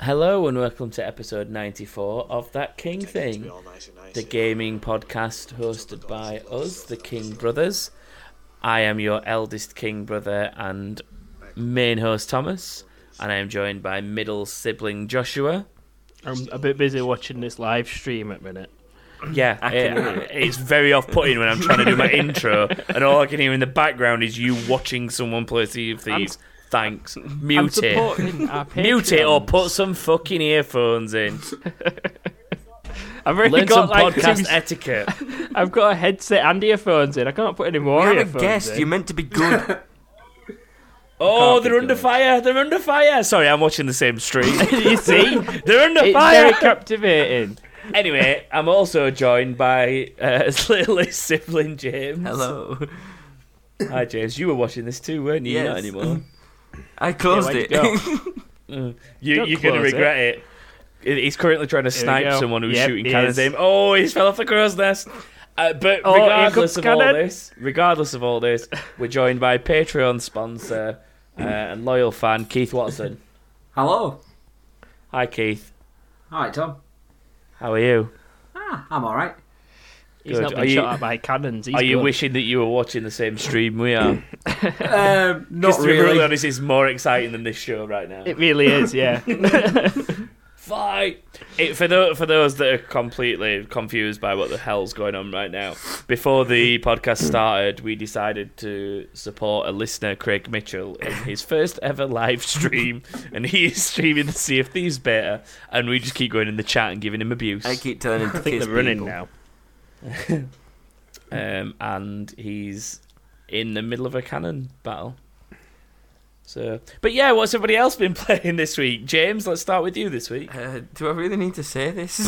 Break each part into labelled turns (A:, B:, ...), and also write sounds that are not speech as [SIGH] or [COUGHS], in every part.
A: Hello and welcome to episode 94 of That King
B: Take it to
A: Thing,
B: be all nice and nice
A: the
B: here.
A: gaming podcast hosted by us, the King Brothers. I am your eldest King brother and main host Thomas, and I am joined by middle sibling
C: [CLEARS THROAT]
A: Joshua.
C: I'm a bit busy watching this live stream at minute.
A: Yeah, it- it's very off putting when I'm trying to do my intro, and all I can hear in the background is you watching someone play Sea of Thieves. Thanks. Mute
C: I'm
A: it.
C: supporting our
A: [LAUGHS] Mute it or
C: Patreons.
A: put some fucking earphones
C: [LAUGHS]
A: in.
C: I've already
A: Learn some
C: got like
A: podcast
C: two-
A: etiquette.
C: I've got a headset and earphones in. I can't put any more
D: You're a
C: earphones
D: guest.
C: in.
D: You're meant to be good. [LAUGHS]
A: Oh,
C: Can't
A: they're
C: be
A: under
C: good.
A: fire! They're under fire! Sorry, I'm watching the same stream. [LAUGHS]
C: [LAUGHS]
A: you see? They're under
C: it's
A: fire!
C: very captivating.
A: anyway, I'm also joined by uh, [LAUGHS] his littlest sibling, James.
D: [LAUGHS] Hello.
A: Hi, James. You were watching this too, weren't you? Not
C: [LAUGHS]
D: Yes.
A: anymore.
D: I closed
C: where'd you
D: it. [LAUGHS]
C: go?
A: You,
C: Don't
A: you're going to
C: close it.
A: regret it. He- He's currently trying to snipe
C: go.
A: someone who's
C: Yep,
A: shooting
C: he
A: cannons at
C: is.
A: him. Oh, he's fell off the crow's nest. Uh, but
C: Oh, here
A: regardless
C: comes
A: of all
C: cannon.
A: this, regardless of all this, we're joined by Patreon sponsor uh, and loyal fan Keith Watson.
E: Hello.
A: Hi, Keith.
E: All right, Tom.
A: How are you?
E: Ah, I'm all
D: [LAUGHS]
E: right.
C: He's
A: Good.
C: not
A: Are
C: been
A: you-
C: shot at by cannons. He's
A: Are you
C: good.
A: wishing that you were watching the same stream we are?
E: Um,
A: [LAUGHS]
E: not
A: to be brutally
E: really.
A: honest, it's more exciting than this show right now.
C: It really is, yeah.
A: Fight! It, for, tho- for those that are completely confused by what the hell's going on right now, before the podcast started, we decided to support a listener, Craig Mitchell, in his first ever live stream, and he is streaming the Sea of Thieves beta, and we just keep going in the chat and giving him abuse.
D: I keep [LAUGHS] turning to
C: I think
D: kiss
C: they're running
D: people.
C: now.
A: [LAUGHS] um, and he's in the middle of a cannon battle. So, but yeah, what's everybody else been [LAUGHS] playing this week? James, let's start with you this week. [LAUGHS]
D: Uh, do I really need to say [LAUGHS] this?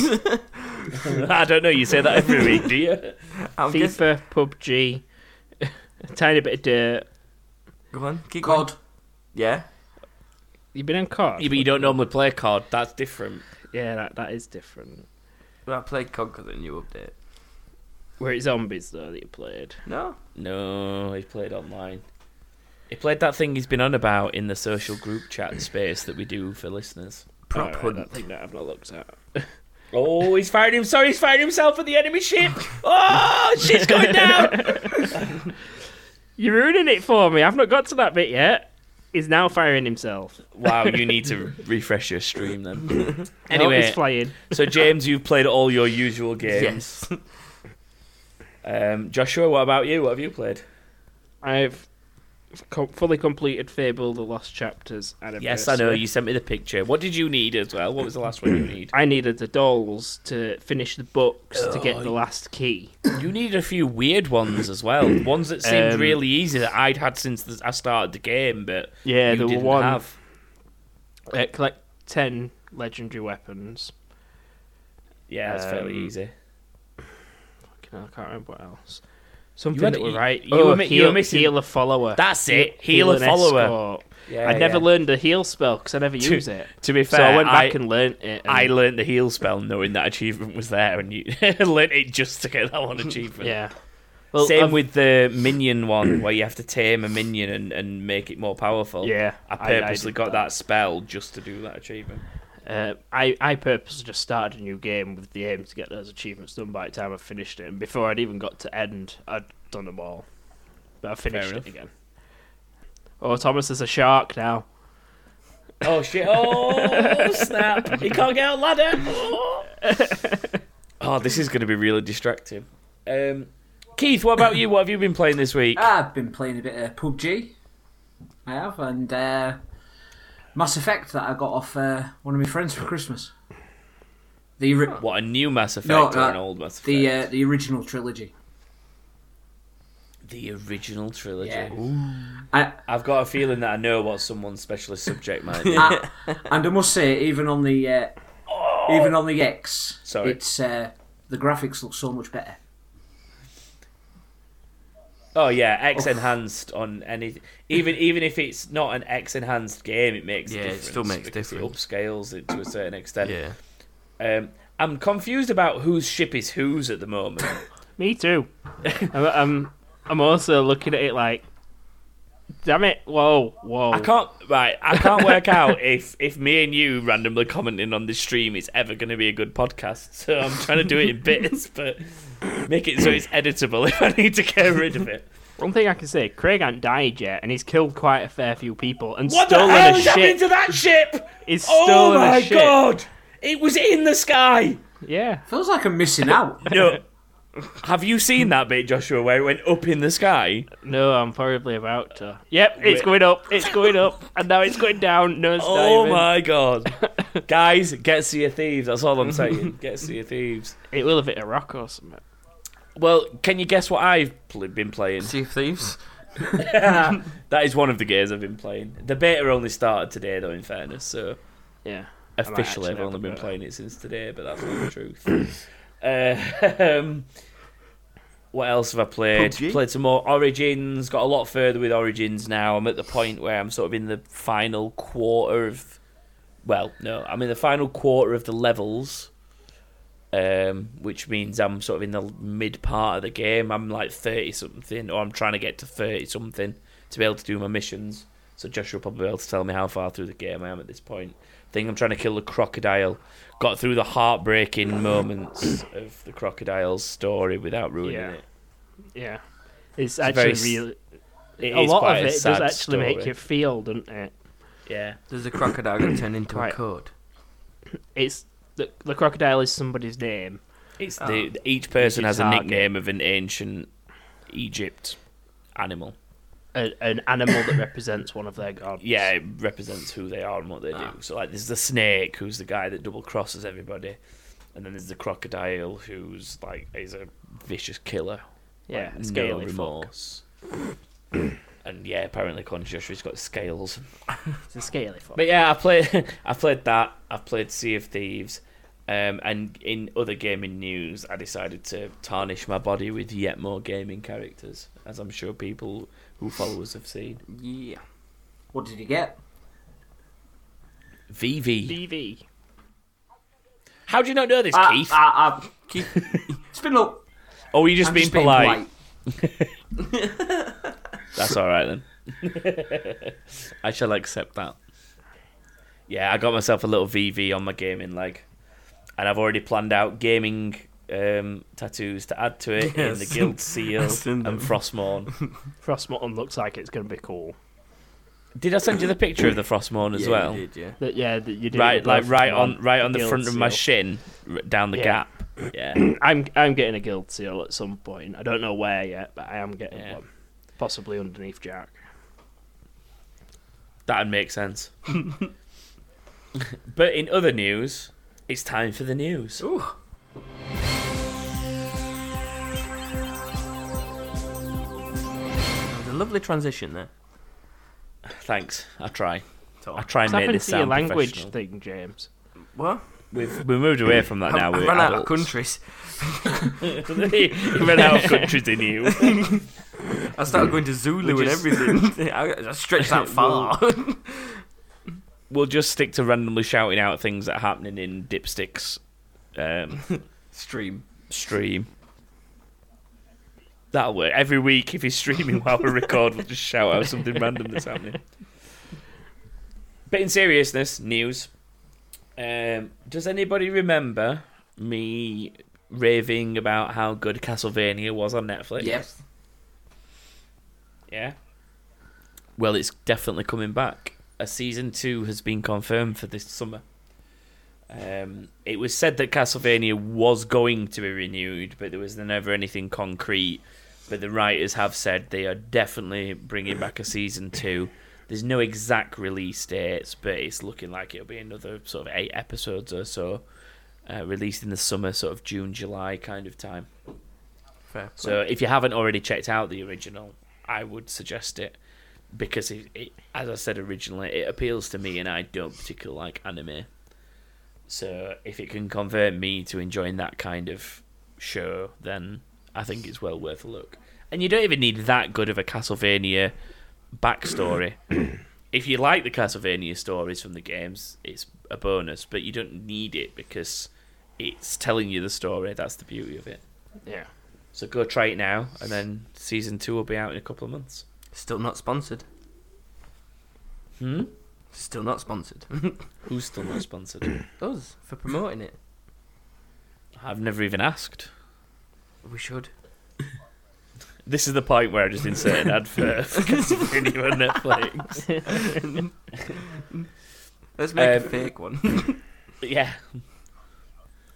A: I don't know. You say that every week, do you?
D: [LAUGHS] I'm just
C: FIFA, PUBG, [LAUGHS] a tiny bit of dirt.
D: go on. Keep going.
E: God.
D: Yeah.
C: You've been on COD?
A: Yeah, [LAUGHS] but you don't normally play COD. That's different.
C: Yeah, that, that is different.
D: Well, I played COD 'cause of the new update.
C: Were it zombies, though, that you played?
D: No.
A: No, he played online. He played that thing he's been on about in the social group chat space that we do for listeners.
D: Prop
C: Alright,
D: hunt.
C: that thing that I've not looked at.
A: [LAUGHS] Oh, he's fired him. Sorry, he's fired himself at the enemy [LAUGHS] ship. Oh, shit's going down.
C: You're ruining it for me. I've not got to that bit yet. He's now firing himself.
A: wow, you need to refresh your stream [LAUGHS] then.
C: Nope,
A: anyway,
C: he's flying.
A: So James, you've played all your usual games.
D: Yes.
A: Um, Joshua, what about you? What have you played?
C: I've com- fully completed Fable: The Lost Chapters. Anniversary.
A: Yes, I know you sent me the picture. What did you need as well? What was the last one you need?
C: I needed the dolls to finish the books to get
A: Oh.
C: the last key.
A: You needed a few weird ones as [CLEARS THROAT] well. Ones that seemed
C: Um,
A: really easy that I'd had since the, I started the game, but
C: Yeah,
A: you
C: there were
A: didn't
C: one-
A: have.
C: Uh, collect ten legendary weapons.
A: Yeah, it's fairly
C: Um,
A: easy.
C: Fucking hell, I can't remember what else.
A: You
C: Something
A: had-
C: that were
A: you-
C: right.
A: you
C: oh,
A: were mi- you
C: heal,
A: were missing-
C: heal a follower.
A: That's it. Heal a
C: an
A: follower.
C: escort.
A: Yeah,
C: I never
A: yeah.
C: learned the heal spell because I never
A: To-
C: use it.
A: To be
C: So
A: fair,
C: I went back
A: I,
C: and learnt it. and-
A: I learned the heal spell knowing that achievement was there, and you [LAUGHS] learnt it just to get that [LAUGHS] one achievement.
C: yeah. Well,
A: Same
C: I've-
A: with the minion one, [CLEARS THROAT] where you have to tame a minion and, and make it more powerful.
C: Yeah,
A: I
C: I- I
A: purposely
C: did
A: got
C: that.
A: that spell just to do that achievement.
C: Uh, I, I purposely just started a new game with the aim to get those achievements done by the time I finished it. And before I'd even got to end, I'd done them all. But I finished
A: enough.
C: it again. Oh, Thomas is a shark now.
A: Oh shit! [LAUGHS] Oh snap! He can't get out ladder. Oh, Oh, this is going to be really distracting. Um, Keith, what about you? What have you been playing this week?
E: I've been playing a bit of PUBG. I have, and uh, Mass Effect that I got off uh, one of my friends for Christmas. The ori-
A: What a new Mass Effect
E: No,
A: or an
E: uh,
A: old Mass Effect?
E: the uh, the original trilogy.
D: uh,
A: The original trilogy.
E: Yeah. I,
A: I've got a feeling that I know what someone's specialist subject might
D: [LAUGHS]
A: be. [LAUGHS]
E: I, and I must say, even on the uh, even on the X,
A: Sorry.
E: it's uh, the graphics look so much better.
A: oh yeah, X enhanced on any even even if it's not an X enhanced game, it makes a
D: Yeah, it
A: difference
D: still makes
A: because
D: difference.
A: It upscales it to a certain extent.
D: [LAUGHS] Yeah.
A: Um, I'm confused about whose ship is whose at the moment.
C: Me too. I'm, I'm, I'm also looking at it like Damn it! Whoa, whoa!
A: I can't right. I can't work out if if me and you randomly commenting on this stream is ever going to be a good podcast. So I'm trying to do it in bits, [LAUGHS] but make it so it's editable if I need to get rid of it.
C: One thing I can say: Craig ain't died yet, and he's killed quite a fair few people and
A: What
C: stolen
A: the hell
C: a
A: is happening
C: ship.
A: to that ship?
C: He's
A: Oh
C: stolen a
A: my
C: ship.
A: god! It was in the sky.
C: Yeah.
E: Feels like I'm missing out.
A: No. Have you seen that bit, Joshua, where it went up in the sky?
C: No, I'm probably about to. Yep, it's
A: Wait.
C: going up. It's going up, and now it's going down. No, it's
A: Oh
C: diving.
A: my god. [LAUGHS] Guys, get Sea of Thieves. That's all I'm saying. Get Sea of Thieves.
C: It will have hit a rock or something.
A: Well, can you guess what I've pl- been playing?
D: Sea of Thieves.
A: That is one of the games I've been playing. The beta only started today, though, in fairness, so
C: Yeah. might
A: officially I've
C: actually
A: only
C: have a
A: been
C: beta.
A: playing it since today, but that's
C: [COUGHS]
A: not the truth. Uh, [LAUGHS] um, what else have I played?
D: PUBG?
A: Played some more Origins, got a lot further with Origins now. I'm at the point where I'm sort of in the final quarter of. Well, no, I'm in the final quarter of the levels, um, which means I'm sort of in the mid part of the game. I'm like 30 something, or I'm trying to get to 30 something to be able to do my missions. So Joshua will probably be able to tell me how far through the game I am at this point. think I'm trying to kill the crocodile. Got through the heartbreaking
C: [COUGHS]
A: moments of the crocodile's story without ruining
C: Yeah.
A: it.
C: Yeah. It's,
A: very
C: actually
A: s-
C: really.
A: It
C: a
A: is
C: lot
A: quite
C: of
A: a
C: it does
A: sad
C: actually make
A: story.
C: you feel, doesn't it?
A: Yeah.
D: Does the crocodile get turned into a
C: Right.
D: code?
C: It's the, the crocodile is somebody's name.
A: It's
D: Oh.
A: the, each person has a
C: target.
A: nickname of an ancient Egypt animal.
C: a, an animal that represents one of their gods.
A: Yeah, it represents who they are and what they
D: Ah.
A: do. So like, there's the snake, who's the guy that double crosses everybody, and then there's the crocodile, who's like is a vicious killer.
C: yeah,
A: like, no
C: scaly fuck.
A: remorse. [CLEARS THROAT] and yeah, apparently, Con Joshua's got scales.
C: It's a scaly fuck.
A: But yeah, I played. [LAUGHS] I played that. I played Sea of Thieves, um, and in other gaming news, I decided to tarnish my body with yet more gaming characters, as I'm sure people who follow us have seen.
D: Yeah.
E: What did you get?
A: VV.
C: BV.
A: How do you not know this,
E: Ah,
A: Keith?
E: ah, ah.
A: [LAUGHS]
D: Keith,
E: It's been look.
A: or were you Oh, just
E: I'm
A: being
E: just being
A: polite?
E: polite.
A: That's all right then. [LAUGHS] I shall accept that. Yeah, I got myself a little VV on my gaming leg, and I've already planned out gaming um, tattoos to add to it in the
D: Yes.
A: Guild Seal
D: I've seen them.
A: and Frostmourne.
C: Frostmorton looks like it's going to be cool.
A: Did I send you the picture of the Frostmourne as
D: yeah,
A: well?
D: You did, yeah.
C: That yeah, that you did
A: Right,
C: with
A: like
C: both
A: right
C: of them
A: on, right on the
C: guild
A: front of my
C: seal.
A: shin, r- down the
C: Yeah.
A: gap. Yeah,
C: I'm I'm getting a guild seal at some point. I don't know where yet, but I am getting
A: Yeah.
C: one. Possibly underneath Jack.
A: that'd make sense. [LAUGHS] but in other news, it's time for the news.
D: Ooh. That was a lovely transition there.
A: Thanks. I try.
D: So,
A: I try and make
C: What's happened
A: this
C: to your
A: sound
C: language
A: professional.
C: thing, James?
D: what?
A: We've we moved away from that
D: I've-
A: now.
D: I've
A: we're
D: run out of
A: adults. [LAUGHS]
D: countries.
A: he ran out of countries in
D: [LAUGHS]
A: you.
D: I started going to Zulu
A: Which
D: and
A: is-
D: [LAUGHS] everything. I, I stretched that far.
A: We'll just stick to randomly shouting out things that are happening in Dipsticks um,
D: Stream.
A: stream. That'll work. Every week, if he's streaming while we record, we'll just shout out something random that's happening. But in seriousness, news. Um, does anybody remember me raving about how good Castlevania was on Netflix?
E: Yes.
A: Yeah. Well, it's definitely coming back. A season two has been confirmed for this summer. Um, it was said that Castlevania was going to be renewed, but there was never anything concrete. But the writers have said they are definitely bringing back a season two. There's no exact release dates, but it's looking like it'll be another sort of eight episodes or so, uh, released in the summer, sort of June, July kind of time.
D: Fair.
A: So if you haven't already checked out the original, I would suggest it because it, it as I said originally, it appeals to me, and I don't particularly like anime. So if it can convert me to enjoying that kind of show, then I think it's well worth a look. And you don't even need that good of a Castlevania backstory. if you like the Castlevania stories from the games, it's a bonus, but you don't need it because it's telling you the story. That's the beauty of it.
C: Yeah.
A: So go try it now, and then season two will be out in a couple of months.
D: Still not sponsored.
A: Hmm?
D: Still not sponsored.
A: Who's still not sponsored?
D: [LAUGHS] Us for promoting it.
A: [CLEARS THROAT] I've never even asked.
D: We should.
A: This is the point where I just insert an ad [LAUGHS] for for Castlevania on Netflix.
D: Let's make a
A: Um,
D: fake [LAUGHS] one.
A: [LAUGHS] Yeah.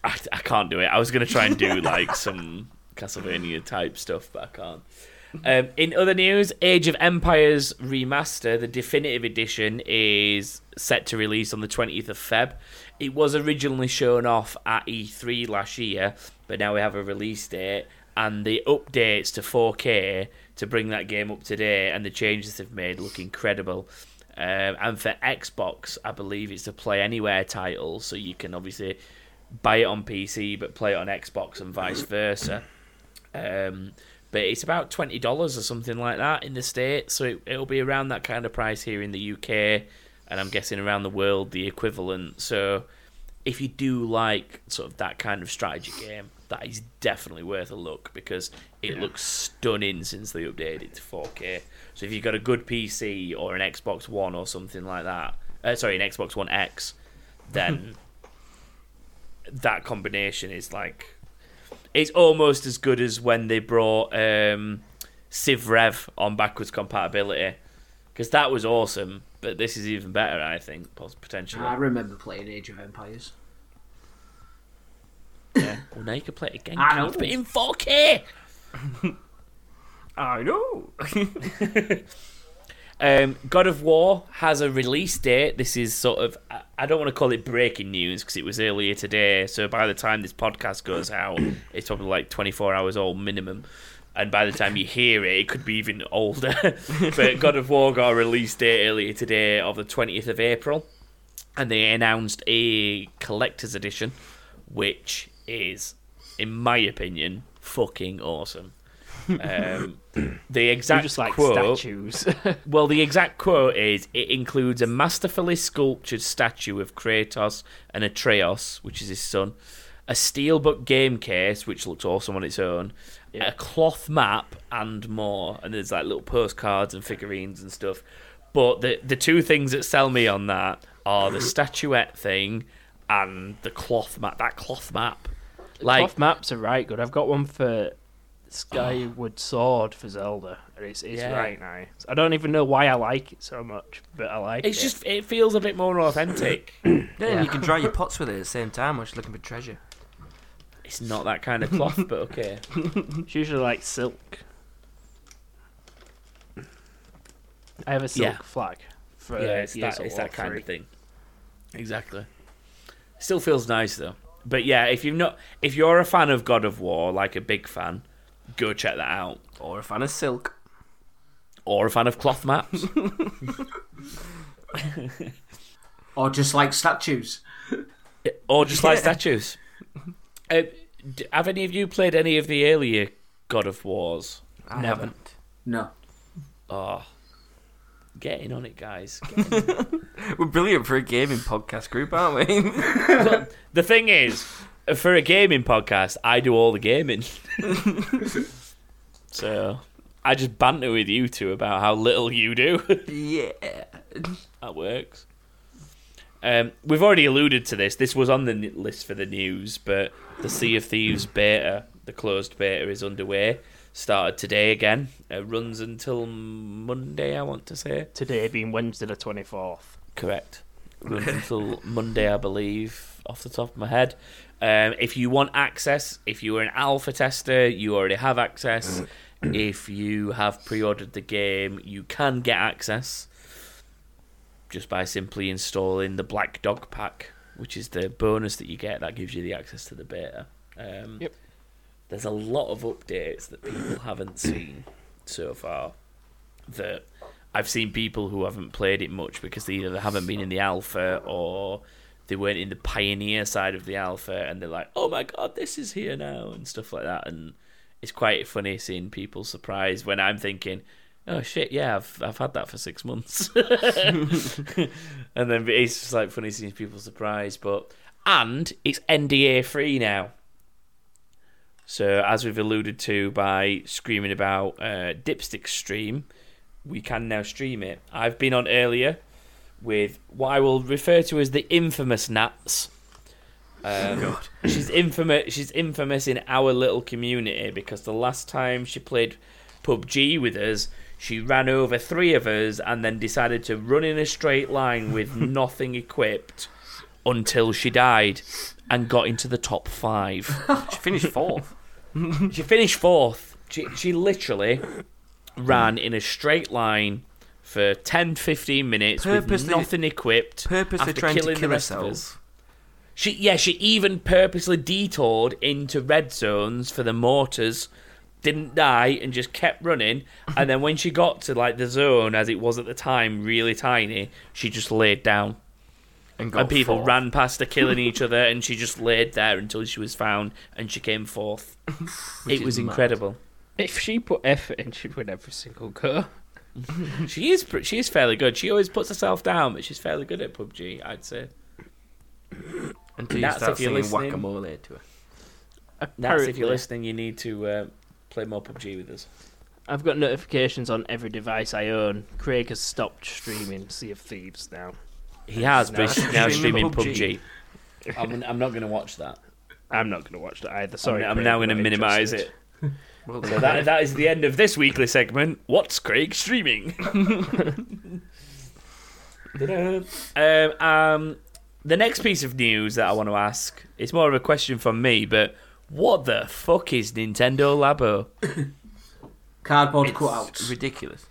A: I, I can't do it. I was going to try and do like some Castlevania type stuff, but I can't. Um, in other news, Age of Empires Remaster, the definitive edition, is set to release on the 20th of Feb. It was originally shown off at E3 last year, but now we have a release date and the updates to 4K to bring that game up to date and the changes they've made look incredible. Um, and for Xbox, I believe it's a Play Anywhere title, so you can obviously buy it on PC but play it on Xbox and vice versa. Um, but it's about twenty dollars or something like that in the states, so it, it'll be around that kind of price here in the UK, and I'm guessing around the world the equivalent. So if you do like sort of that kind of strategy game, that is definitely worth a look because it looks stunning since they updated it to 4K. So if you've got a good PC or an Xbox One or something like that, uh, sorry, an Xbox One X, then that combination is like it's almost as good as when they brought um, Civ Rev on backwards compatibility because that was awesome. But this is even better, I think, pos- potentially.
E: I remember playing Age of Empires.
A: Well, now you can play it again.
E: I
A: Keith,
E: know.
A: But in 4K.
D: I know.
A: [LAUGHS] Um, God of War has a release date. This is sort of, I- I don't want to call it breaking news because it was earlier today. So by the time this podcast goes out, it's probably like 24 hours old minimum. And by the time you hear it, it could be even older. [LAUGHS] but God of War got a release date earlier today of the 20th of April. And they announced a collector's edition, which is, in my opinion, fucking
C: [LAUGHS]
A: awesome. Um, the
C: They're
A: exact
C: just like
A: quote,
C: statues. [LAUGHS]
A: well, the exact quote is it includes a masterfully sculptured statue of Kratos and Atreus, which is his son, a steelbook game case, which looks awesome on its own, a cloth map, and more. And there's like little postcards and figurines and stuff. But the, the two things that sell me on that are the statuette thing and the cloth map. That cloth map. Like,
C: Cloth maps are right good. I've got one for Skyward Sword for Zelda, and it's it's
A: Yeah.
C: right nice. I don't even know why I like it so much, but I like
A: it's
C: it.
A: just, it feels a bit more authentic.
D: Then you can [LAUGHS] dry your pots with it at the same time while you're looking for treasure.
A: it's not that kind of cloth, but okay.
C: it's usually like silk. I have a silk
A: Yeah.
C: flag. For
A: yeah, it's
C: Gears
A: that, it's
C: War
A: that kind
C: 3.
A: of thing. Exactly. Still feels nice though. But yeah, if you've not, if you're a fan of God of War, like a big fan, go check that out.
D: Or a fan of silk.
A: Or a fan of cloth [LAUGHS] maps.
E: Or just like statues.
A: or just like
D: Yeah.
A: statues. Uh, d- have any of you played any of the earlier God of Wars?
D: I
A: Never.
D: haven't.
E: No.
A: Oh, getting on it, guys.
D: We're brilliant for a gaming podcast group, aren't we? [LAUGHS]
A: the thing is, for a gaming podcast, I do all the gaming. so I just banter with you two about how little you do. [LAUGHS]
D: yeah.
A: that works. Um, we've already alluded to this. This was on the n- list for the news, but the Sea of Thieves beta, the closed beta, is underway. Started today again. It runs until Monday, I want to say.
C: Today being Wednesday the twenty fourth.
A: Correct. Runs until Monday, I believe, off the top of my head. Um, if you want access, if you are an alpha tester, you already have access. [CLEARS THROAT] if you have pre ordered the game, you can get access just by simply installing the Black Dog Pack, which is the bonus that you get that gives you the access to the beta. Um,
C: Yep.
A: There's a lot of updates that people haven't seen so far that I've seen people who haven't played it much because they either haven't been in the alpha or they weren't in the pioneer side of the alpha and they're like, oh my god, this is here now and stuff like that. And it's quite funny seeing people surprised when I'm thinking, oh shit, yeah, I've, I've had that for six months. [LAUGHS] and then it's just like funny seeing people surprised. But and it's NDA free now. So as we've alluded to by screaming about uh, Dipstick stream, we can now stream it. I've been on earlier, with what I will refer to as the infamous Nats. Um,
D: Oh, God.
A: she's infamous. She's infamous in our little community because the last time she played PUBG with us, she ran over three of us and then decided to run in a straight line
D: [LAUGHS]
A: with nothing equipped until she died and got into the top five.
D: She finished fourth.
A: [LAUGHS] She finished fourth. She, she literally ran in a straight line for 10, 15 minutes
D: Purposely-
A: with nothing equipped.
D: Purposely
A: after
D: trying to
A: killing the
D: kill
A: rest of us.
D: herself.
A: She yeah, she even purposely detoured into red zones for the mortars, didn't die, and just kept running. And then when she got to like the zone as it was at the time, really tiny, she just laid down.
D: And, got
A: and people
D: fourth.
A: ran past her, killing
D: [LAUGHS]
A: each other, and she just laid there until she was found, and she came fourth.
D: Which
A: it
D: is
A: was
D: mad.
A: incredible.
C: If she put effort in, she'd win every single go. [LAUGHS]
A: She is pr- she is fairly good. She always puts herself down, but she's fairly good at PUBG, I'd say.
D: Until you
A: That's
D: start
A: if you're
D: singing
A: listening.
D: whack-a-mole to her.
A: That's if
C: Apparently,
A: you're listening, you need to uh, play more PUBG with us.
C: I've got notifications on every device I own. Craig has stopped streaming Sea of Thieves now.
A: He has,
C: Now
A: but he's now streaming PUBG.
D: streaming PUBG.
A: I'm, I'm not going to watch that.
C: I'm not going to watch that either.
A: Sorry,
C: Sorry,
A: I'm,
C: Craig,
A: now going to
C: not
A: minimise it.
C: interested.
D: Well
A: So
D: done.
A: that, that is the end of this weekly segment. What's Craig
D: [LAUGHS]
A: streaming? [LAUGHS] um, um, the next piece of news that I want to ask it's more of a question from me, but what the fuck is Nintendo Labo?
E: Cardboard
D: It's
E: cutouts.
D: ridiculous.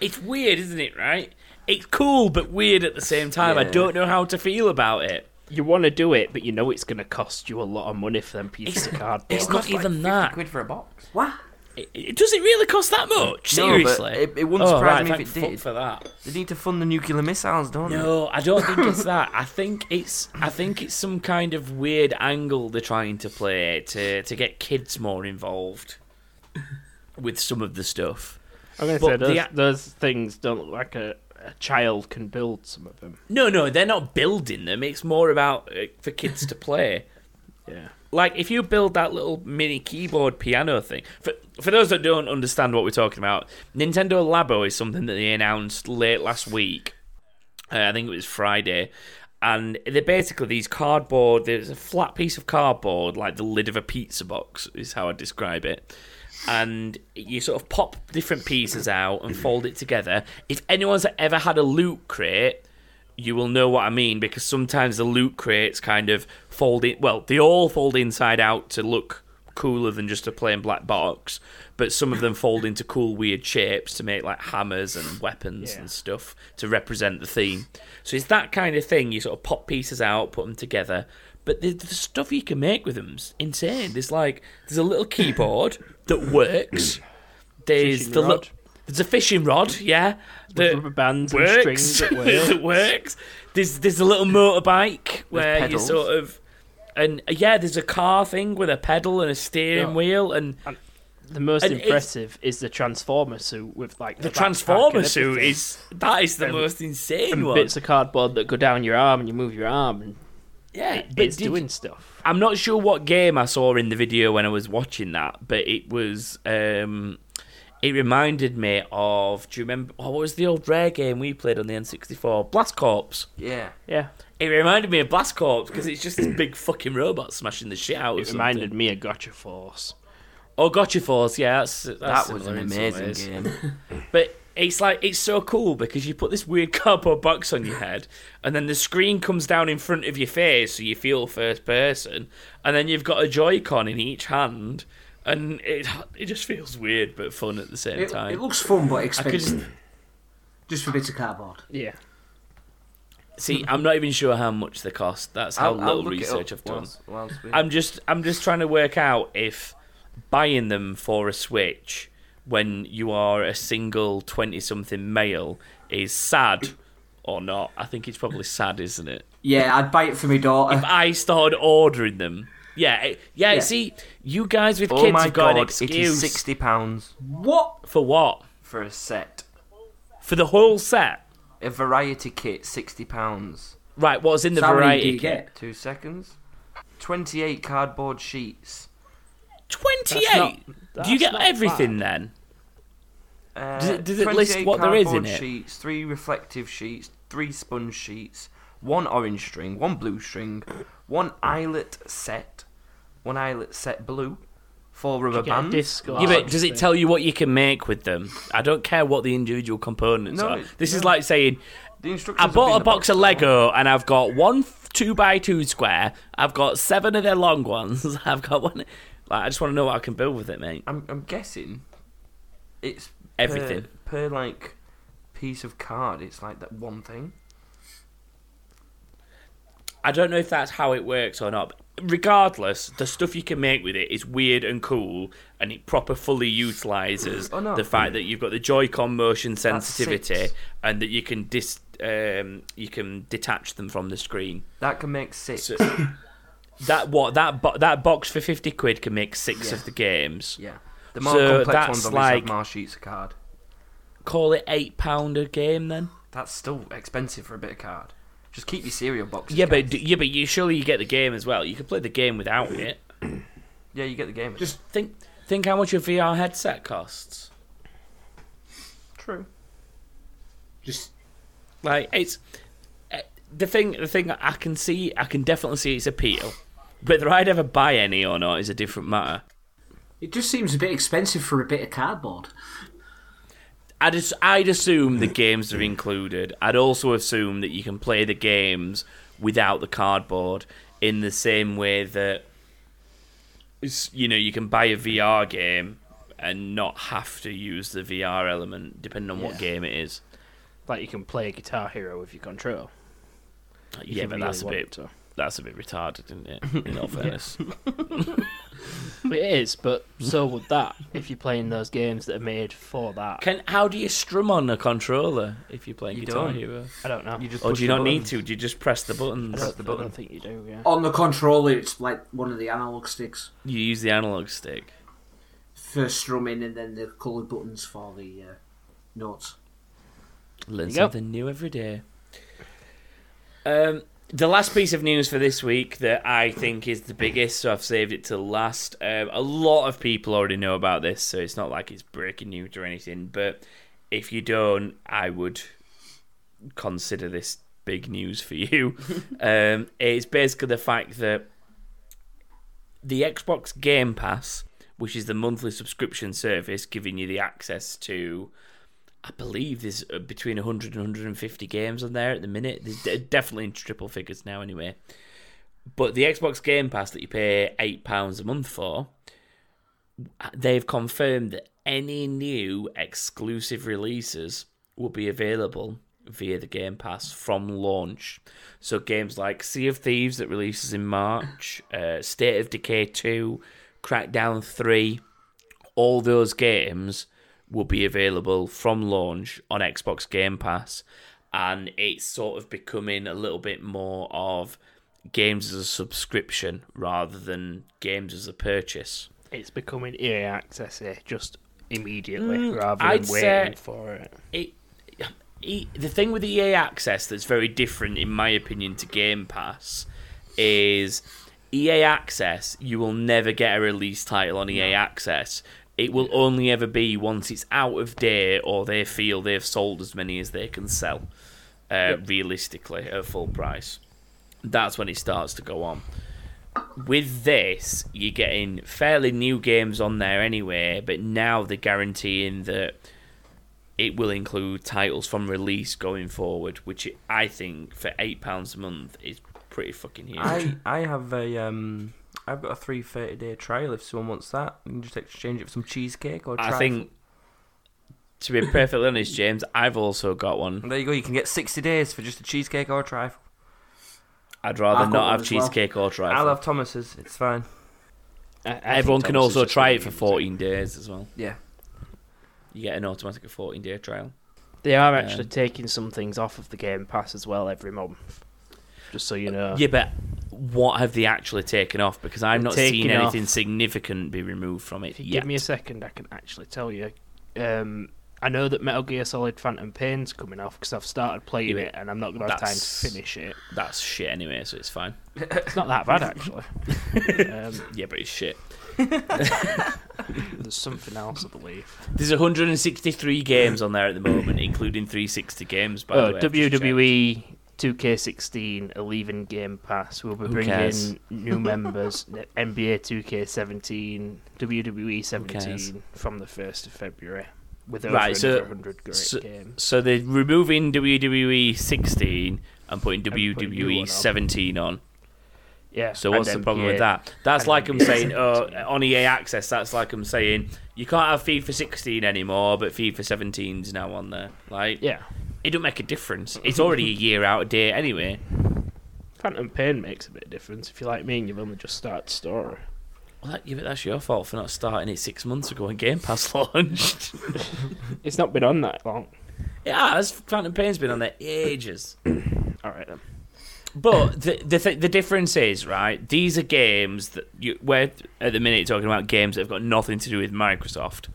A: It's weird, isn't it? Right? It's cool, but weird at the same time. I
D: Yeah.
A: don't know how to feel about it.
C: You want to do it, but you know it's going to cost you a lot of money for them pieces of cardboard.
A: It's not
D: costs like
A: even
D: 50
A: that.
D: quid for a box.
E: what?
A: It, it does it really cost that much? Seriously?
D: No, but it, it wouldn't surprise me
A: Oh, thank
D: if it
A: fuck
D: did.
A: for that.
D: They need to fund the nuclear missiles, don't they?
A: No, I don't think it's that. I think it's I think it's some kind of weird angle they're trying to play to to get kids more involved with some of the stuff.
C: I'm going to
A: But
C: say those,
A: the-
C: those things don't look like a, a child can build some of them.
A: No, no, they're not building them. It's more about uh, for kids to play.
C: Yeah.
A: Like if you build that little mini keyboard piano thing. For for those that don't understand what we're talking about, Nintendo Labo is something that they announced late last week. Uh, I think it was Friday. And they're basically these cardboard. There's a flat piece of cardboard, like the lid of a pizza box, is how I describe it. And you sort of pop different pieces out and fold it together. If anyone's ever had a loot crate, you will know what I mean because sometimes the loot crates kind of fold in. Well, they all fold inside out to look cooler than just a plain black box, but some of them fold into cool, weird shapes to make like hammers and weapons
C: Yeah.
A: and stuff to represent the theme. So it's that kind of thing. You sort of pop pieces out, put them together. But the, the stuff you can make with them's insane. There's like there's a little
C: [COUGHS]
A: keyboard that works. There's
C: Fishing
A: the
C: rod.
A: Li- there's a fishing rod, yeah. that-
C: Rubber bands and
A: works.
C: strings
A: [LAUGHS]
C: that work.
A: It works. There's there's a little motorbike where you
D: pedals.
A: sort of and uh, yeah, there's a car thing with a pedal and a steering
C: Yeah.
A: wheel and
C: The most
A: And it's-
C: impressive is the transformer suit with like
A: the
C: backpack
A: transformer
C: and
A: suit
C: everything.
A: is that is the
C: And-
A: most insane
C: and
A: one.
C: bits of cardboard that go down your arm and you move your arm and
A: yeah, but
C: it's
A: did-
C: doing stuff.
A: I'm not sure what game I saw in the video when I was watching that, but it was um it reminded me of do you remember oh, what was the old rare game we played on the N64? Blast Corps.
D: Yeah.
C: Yeah,
A: It reminded me of Blast Corps because it's just this big fucking robot smashing the shit out of
C: it
A: something.
C: reminded me of Gotcha Force.
A: Oh, Gotcha Force, yeah, that's, that's
D: that was
A: similar
D: an
A: in some
D: amazing
A: ways.
D: game.
A: But it's like it's so cool because you put this weird [LAUGHS] cardboard box on your head, and then the screen comes down in front of your face, so you feel first person, and then you've got a Joy-Con in each hand, and it it just feels weird but fun at the same
E: It,
A: time.
E: it looks fun but
A: I could
E: expensive. Just for bits of cardboard.
C: Yeah,
A: see. I'm not even sure how much they cost. That's how
D: I'll, I'll
A: little
D: look it
A: research
D: up
A: I've done.
D: whilst- whilst we-
A: I'm just I'm just trying to work out if buying them for a Switch when you are a single twenty something male is sad or not. I think it's probably sad, isn't it?
E: Yeah, I'd buy it for my daughter.
A: If I started ordering them. Yeah, it- yeah,
E: Yeah.
A: see, you guys with
D: oh
A: kids
D: my
A: have got an
D: god, it
A: excuse
D: is sixty pounds
E: What?
A: for what?
D: for a set.
A: For the whole set.
D: A variety kit, sixty pounds.
A: Right, what's in the
E: So how many do
A: variety
E: you
A: kit?
E: get?
D: Two seconds. Twenty-eight cardboard sheets.
A: Twenty
C: That's not-
A: eight. Do you
C: that's
A: get
C: not
A: everything then?
D: Uh,
A: Does it- does it list
D: 28
A: what there is in
D: cardboard
A: it?
D: Sheets, three reflective sheets, three sponge sheets, one orange string, one blue string, one eyelet set, one eyelet set blue, four rubber
C: You get a
D: bands.
C: disc or
A: Yeah, but
C: something.
A: does it tell you what you can make with them? I don't care what the individual components
D: No,
A: are.
D: it-
A: This is
D: no.
A: like saying
D: The instructions
A: I
D: will be in
A: bought a
D: the
A: box of
D: though.
A: Lego and I've got one f- two by two square. I've got seven of their long ones. [LAUGHS] I've got one. Like, I just want to know what I can build with it, mate.
D: I'm, I'm guessing it's
A: Everything.
D: per, per like piece of card. It's like that one thing.
A: I don't know if that's how it works or not. but Regardless, the stuff you can make with it is weird and cool, and it proper fully utilizes
D: Oh, no.
A: the fact that you've got the Joy-Con motion sensitivity
D: six.
A: and that you can dis um, you can detach them from the screen.
D: That can make six.
A: So- That what that bo- that box for fifty quid can make six
D: Yeah.
A: of the games.
D: yeah, the more
A: So
D: complex
A: that's
D: ones obviously
A: like-
D: have more sheets of card.
A: Call it eight pound a game then.
D: That's still expensive for a bit of card. Just keep your cereal boxes.
A: Yeah, but
D: guys.
A: d- yeah, but you surely you get the game as well. You can play the game without it.
D: yeah, you get the game.
E: Just
A: Think think how much your VR headset costs.
D: true.
E: just
A: Like it's eh, the thing. The thing I can see, I can definitely see its appeal. Whether I'd ever buy any or not is a different matter.
E: it just seems a bit expensive for a bit of cardboard.
A: I'd, as- I'd assume the games are included. I'd also assume that you can play the games without the cardboard in the same way that s- you know you can buy a VR game and not have to use the VR element, depending on what
C: Yeah.
A: game it is.
C: Like you can play Guitar Hero with your control. if
A: yeah,
C: you
A: but
C: really
A: that's a
C: want
A: bit
C: to.
A: that's a bit retarded, isn't it?
D: [LAUGHS]
A: In all fairness,
C: But it is, but so would that if you're playing those games that are made for that.
A: can how do you strum on a controller if you're playing
D: You
A: Guitar
D: don't.
A: Hero?
C: I don't know.
D: You just
A: Or Oh,
D: push
A: do you
D: the
A: not need
D: buttons.
A: to? Do you just press the
C: I,
A: buttons?
C: don't,
D: Press the
C: I don't
D: button.
C: think you do, yeah.
E: On the controller, it's like one of the analog sticks
A: You use the analog stick.
E: for strumming, and then the coloured buttons for the uh, notes.
A: Learn
C: you go.
A: something new every day. Um, the last piece of news for this week that I think is the biggest, so I've saved it to last. Um, a lot of people already know about this, so it's not like it's breaking news or anything. But if you don't, I would consider this big news for [LAUGHS] you. um, it's basically the fact that the Xbox Game Pass, which is the monthly subscription service giving you the access to I believe there's uh, between 100 and 150 games on there at the minute. There's de- definitely in triple figures now, anyway. But the Xbox Game Pass that you pay £8 a month for, they've confirmed that any new exclusive releases will be available via the Game Pass from launch. So games like Sea of Thieves that releases in March, uh, State of Decay 2, Crackdown 3, all those games will be available from launch on Xbox Game Pass, and it's sort of becoming a little bit more of games as a subscription rather than games as a purchase.
C: It's becoming EA access here just immediately rather
A: I'd
C: than
A: say-
C: waiting for it.
A: it, e the thing with EA Access that's very different, in my opinion, to Game Pass is EA Access. You will never get a release title on EA Access. It will only ever be once it's out of date or they feel they've sold as many as they can sell, uh, realistically at full price. That's when it starts to go on with this, you're getting fairly new games on there anyway, but now they're guaranteeing that it will include titles from release going forward, which I think for eight pounds a month is pretty fucking huge.
D: I I have a um. I've got a three thirty day trial. If someone wants that, you can just exchange it for some cheesecake or.
A: I
D: trifle.
A: think, to be perfectly honest, James, I've also got one.
D: And there you go. You can get sixty days for just a cheesecake or a trifle.
A: I'd
E: I've
A: rather
E: got
A: not
E: one
A: have
E: as well.
A: cheesecake or trifle.
D: I'll have Thomas's. It's fine.
C: I- I think
A: Everyone can
C: Thomas
A: also
C: is just
A: try it
C: gonna
A: for
C: use
A: 14 days as well.
D: Yeah.
A: You get an automatic 14 day trial.
C: They are actually
A: Um,
C: taking some things off of the Game Pass as well every month. Just so you know.
A: Yeah, but what have they actually taken off? Because I've
C: They're
A: not seen
C: taking
A: anything
C: off-
A: significant be removed from it
C: If you
A: yet.
C: give me a second, I can actually tell you. Um, I know that Metal Gear Solid Phantom Pain's coming off because I've started playing
A: Yeah,
C: it and I'm not going to have time to
A: that's-
C: finish it.
A: That's shit anyway, so it's fine. [LAUGHS]
C: It's not that bad, actually. um,
A: Yeah, but it's shit.
C: There's something else, I believe.
A: There's 163 games on there at the moment, including 360 games. By
C: Oh,
A: the way, I've just
C: WWE 2K16 are leaving Game Pass. We'll be
A: Who
C: bringing
A: cares? [LAUGHS]
C: new members. NBA 2K17, WWE 17 E from the 1st of February. With over
A: Right, so-
C: 100 great
A: so- checked.
C: games.
A: So they're removing WWE 16 and putting
C: putting new one
A: WWE
C: on.
A: 17 on.
C: Yeah.
A: So what's the
C: and
A: problem with
C: NBA
A: that? That's
C: and
A: like I'm
C: NBA
A: saying oh,
C: 17.
A: on EA Access. That's like I'm saying you can't have FIFA 16 anymore, but FIFA 17's now on there. Like
C: Yeah.
A: it don't make a difference. It's already a year out of date anyway.
C: Phantom Pain makes a bit of difference. If you like me and you've only just started the story.
A: Well, that, yeah, but that's your fault for not starting it six months ago when Game Pass [LAUGHS] launched.
C: It's not been on that long.
A: it has. Phantom Pain's been on there ages.
C: All right then.
A: But the the, th- the difference is right. These are games that you, we're at the minute talking about games that have got nothing to do with Microsoft.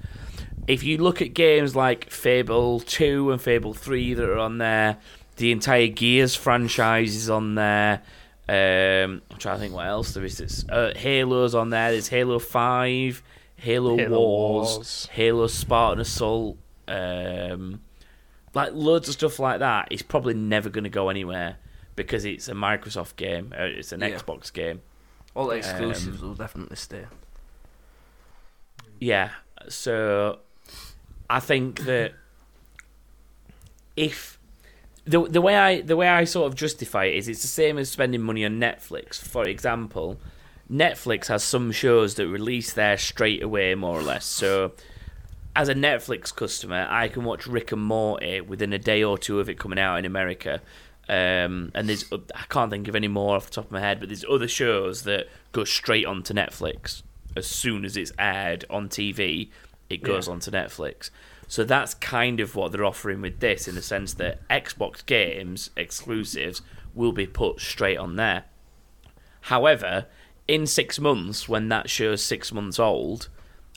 A: If you look at games like Fable Two and Fable Three that are on there, the entire Gears franchise is on there. Um, I'm trying to think what else there is. It's, uh, Halo's on there. There's Halo Five, Halo,
C: Halo
A: Wars,
C: Wars.
A: Halo Spartan Assault. Um, like loads of stuff like that is probably never going to go anywhere because it's a Microsoft game, uh, it's an
D: Yeah.
A: Xbox game.
D: All
A: Um,
D: the exclusives will definitely stay.
A: Yeah, so I think that if the the way I the way I sort of justify it is it's the same as spending money on Netflix. For example, Netflix has some shows that release there straight away, more or less. So as a Netflix customer, I can watch Rick and Morty within a day or two of it coming out in America. Um, and there's I can't think of any more off the top of my head, but there's other shows that go straight onto Netflix as soon as it's aired on TV. It goes onto Netflix. So that's kind of what they're offering with this, in the sense that Xbox games exclusives will be put straight on there. However, in six months, when that show's six months old,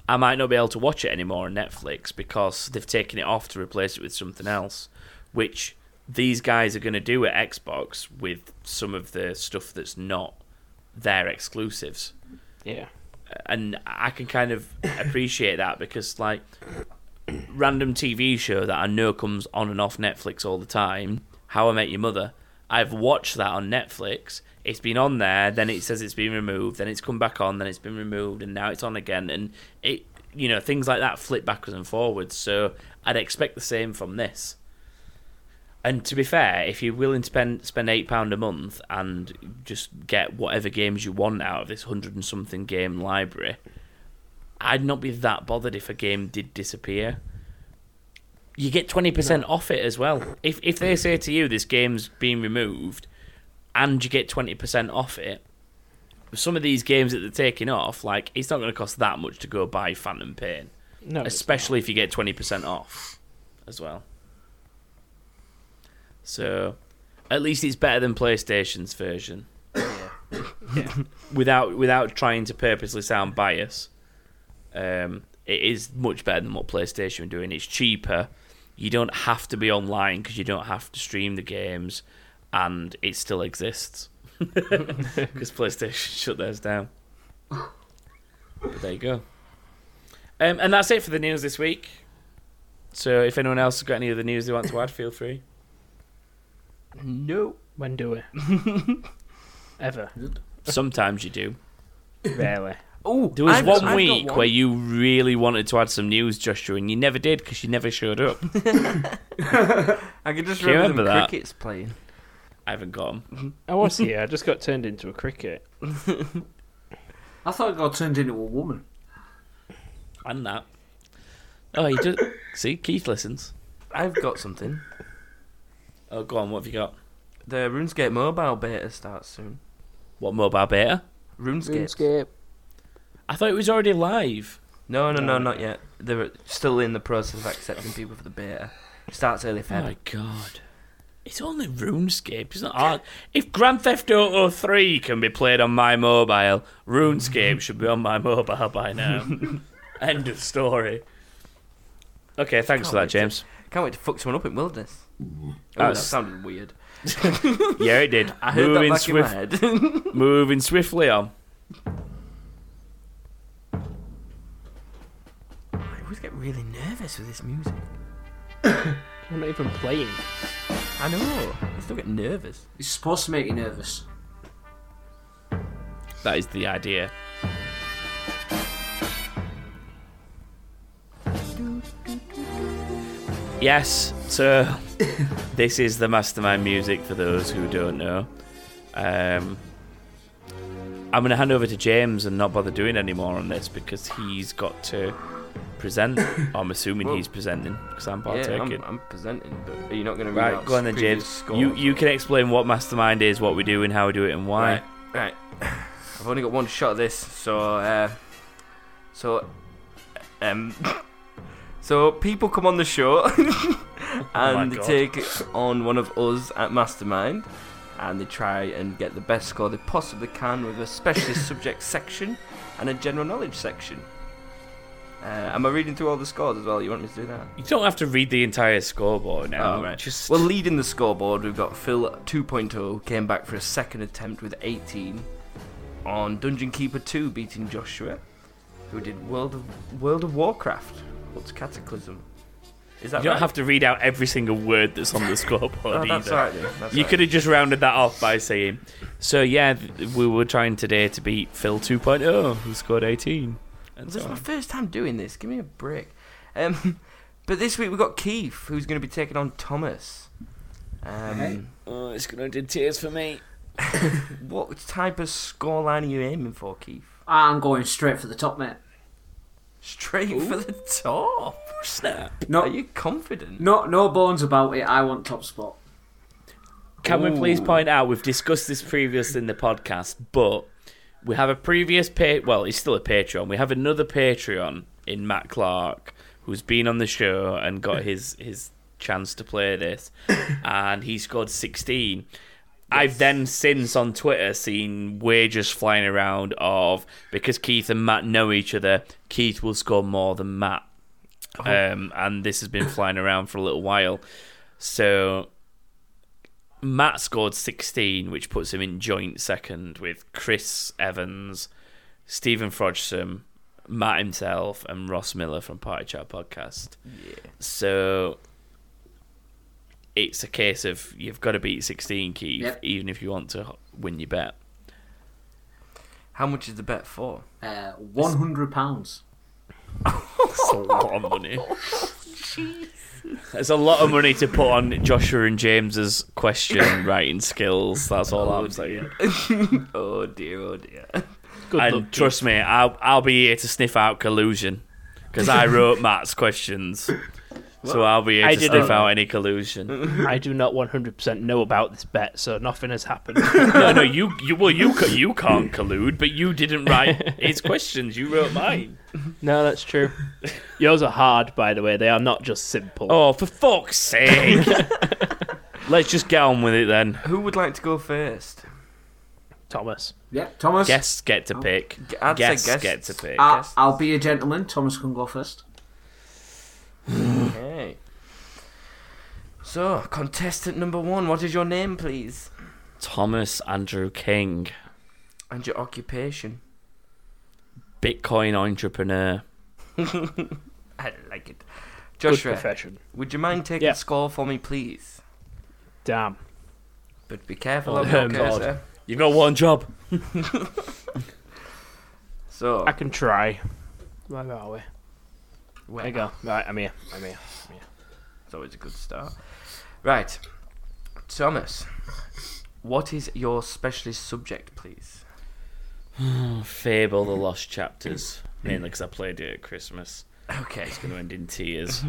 A: I might not be able to watch it anymore on Netflix because they've taken it off to replace it with something else, which these guys are going to do at Xbox with some of the stuff that's not their exclusives.
C: Yeah.
A: And I can kind of appreciate that because, like, random TV show that I know comes on and off Netflix all the time, How I Met Your Mother. I've watched that on Netflix. It's been on there, then it says it's been removed, then it's come back on, then it's been removed, and now it's on again. And it, you know, things like that flip backwards and forwards. So I'd expect the same from this. And to be fair, if you're willing to spend spend eight pound a month and just get whatever games you want out of this hundred and something game library, I'd not be that bothered if a game did disappear. You get twenty percent off it as well. If if they say to you this game's being removed, and you get twenty percent off it, some of these games that they're taking off, like it's not going to cost that much to go buy Phantom Pain,
C: No. it's
A: especially if you get twenty percent off as well. So, at least it's better than PlayStation's version.
C: [LAUGHS]
A: without without trying to purposely sound biased, um, it is much better than what PlayStation were doing. It's cheaper. You don't have to be online because you don't have to stream the games, and it still
C: [LAUGHS]
A: exists [LAUGHS] because PlayStation shut theirs down. But there you go. Um, and that's it for the news this week. So if anyone else has got any other news they want to add, feel free.
D: No.
C: not. When do we? [LAUGHS] Ever.
A: Sometimes you do.
C: Rarely.
D: Oh,
A: There was
D: I've got-
A: one
D: I've got
A: week
D: one.
A: where you really wanted to add some news, Joshua, and you never did because you never showed up.
D: I can just
A: Can you
D: remember,
A: remember
D: them
A: that?
D: crickets playing.
A: I haven't got 'em.
C: [LAUGHS] I was here. I just got turned into a cricket.
E: I thought God turned into a woman.
A: and that. Oh, you just see Keith listens.
D: I've got something.
A: Oh, go on. What have you got?
D: The RuneScape mobile beta starts soon.
A: What mobile beta?
D: RuneScape.
A: I thought it was already live.
D: No, no,
C: No.
D: no, not yet. They're still in the process of accepting people for the beta. Starts early
A: Oh
D: February.
A: my god. It's only RuneScape. It's not hard. If Grand Theft Auto 3 can be played on my mobile, RuneScape should be on my mobile by now.
D: [LAUGHS]
A: End of story. Okay, thanks
D: Can't
A: for
D: wait
A: that,
D: to-
A: James.
D: Can't wait to fuck someone up in Wilderness. Oh, that
A: That's-
D: sounded weird.
A: Mm. [LAUGHS] Yeah, it did.
D: [LAUGHS] I heard
A: moving,
D: that back
A: swift,
D: in my head. [LAUGHS]
A: moving swiftly on.
D: really nervous with this music.
C: I'm not even playing.
D: I know. I still get nervous.
E: It's supposed to make you nervous.
A: That is the idea. Yes,
D: [LAUGHS]
A: so this is the mastermind music for those who don't know. Um, I'm going to hand over to James and not bother doing any more on this because he's got to
D: [COUGHS]
A: present. I'm assuming
D: Whoa.
A: he's presenting because I'm
D: yeah,
A: partaking.
D: I'm, I'm presenting, but are you not going to read
A: Right,
D: out
A: go on then,
D: previous
A: James.
D: scores?
A: You you can explain what Mastermind is, what we do, and how we do it, and why.
D: Right, right. I've only got one shot of this, so uh, so um, [LAUGHS] so people come on the show [LAUGHS] and they
A: Oh God.
D: take on one of us at Mastermind, and they try and get the best score they possibly can with
A: [COUGHS]
D: a specialist subject section and a general knowledge section. Uh, am I reading through all the scores as well? You want me to do that?
A: You don't have to read the entire scoreboard now.
D: Oh, right.
A: Just
D: Well, leading the scoreboard, we've got Phil 2.0 oh, came back for a second attempt with 18 on Dungeon Keeper 2, beating Joshua, who did World of World of Warcraft. What's Cataclysm? Is that
A: you don't
D: right?
A: have to read out every single word that's on the
D: [LAUGHS]
A: scoreboard
D: Oh,
A: either.
D: that's alright then. That's
A: eh? You
D: alright.
A: could have just rounded that off by saying, "So yeah, th- we were trying today to beat Phil 2.0, who scored 18." And
D: This
A: so
D: is my
A: on.
D: first time doing this. Give me a break. Um, [LAUGHS] but this week we've got Keith, who's going to be taking on Thomas. Um,
E: Okay.
A: Oh, it's gonna do tears for me.
D: [LAUGHS] What type of scoreline are you aiming for, Keith?
E: I'm going straight for the top, mate.
D: Straight for the top.
A: Snap.
E: No,
D: Are you confident?
E: no, no bones about it. I want top spot.
A: Can we please
D: Ooh.
A: point out we've discussed this previously in the podcast, but we have a previous pa- well, he's still a Patreon. We have another Patreon in Matt Clark who's been on the show and got his his chance to play this, and he scored sixteen. I've then since on Twitter seen wages flying around of because Keith and Matt know each other, Keith will score more than Matt. Um, and this has been flying around for a little while. So Matt scored 16, which puts him in joint second with Chris Evans, Stephen Frodsham, Matt himself, and Ross Miller from Party Chat Podcast.
D: Yeah.
A: So it's a case of you've got to beat 16, Keith,
E: Yep.
A: even if you want to win your bet.
D: How much is the bet for?
E: Uh, one hundred pounds.
A: It's a lot of money. It's a lot of money to put on Joshua and James's question writing skills. That's all I'm saying.
D: oh dear, oh dear.
C: Good
A: and
C: luck,
A: trust me, I'll I'll be here to sniff out collusion because I wrote Matt's questions, so I'll be here
C: I
A: to
C: didn't-
A: sniff out any collusion.
C: Keith. I do not 100% know about this bet, so nothing has [LAUGHS] happened.
A: [LAUGHS] no, no, you you well you ca- you can't collude, but you didn't write his questions. You wrote mine.
C: no, that's true. Yours are hard, by the way. They are not just simple.
A: Oh, for fuck's sake! Let's just get on with it then.
D: [LAUGHS] Who would like to go first?
C: Thomas.
E: Yep, Thomas.
A: Guests get to pick.
D: G- I'd say Ah,
A: Guests
D: guests.
A: get to pick.
E: I,
D: guess.
E: I'll be a gentleman. Thomas can go first.
D: Okay. ah. So, contestant number one, what is your name, please?
A: Thomas Andrew King,
D: And your occupation.
A: Bitcoin entrepreneur.
D: I like it.
C: Good
D: Joshua,
C: profession.
D: would you mind taking
C: Yeah.
D: score for me, please?
C: Damn.
D: But be careful
A: Oh,
D: of your
A: God.
D: cursor.
A: You've got one job.
D: So,
C: I can try. Where are we? There
D: where
C: you go. Right, I'm here. I'm here.
D: It's always a good start. Right. Thomas, what is your specialist subject, please?
A: Fable: The Lost Chapters, mainly because I played it at Christmas.
D: Okay.
A: It's going to end in tears.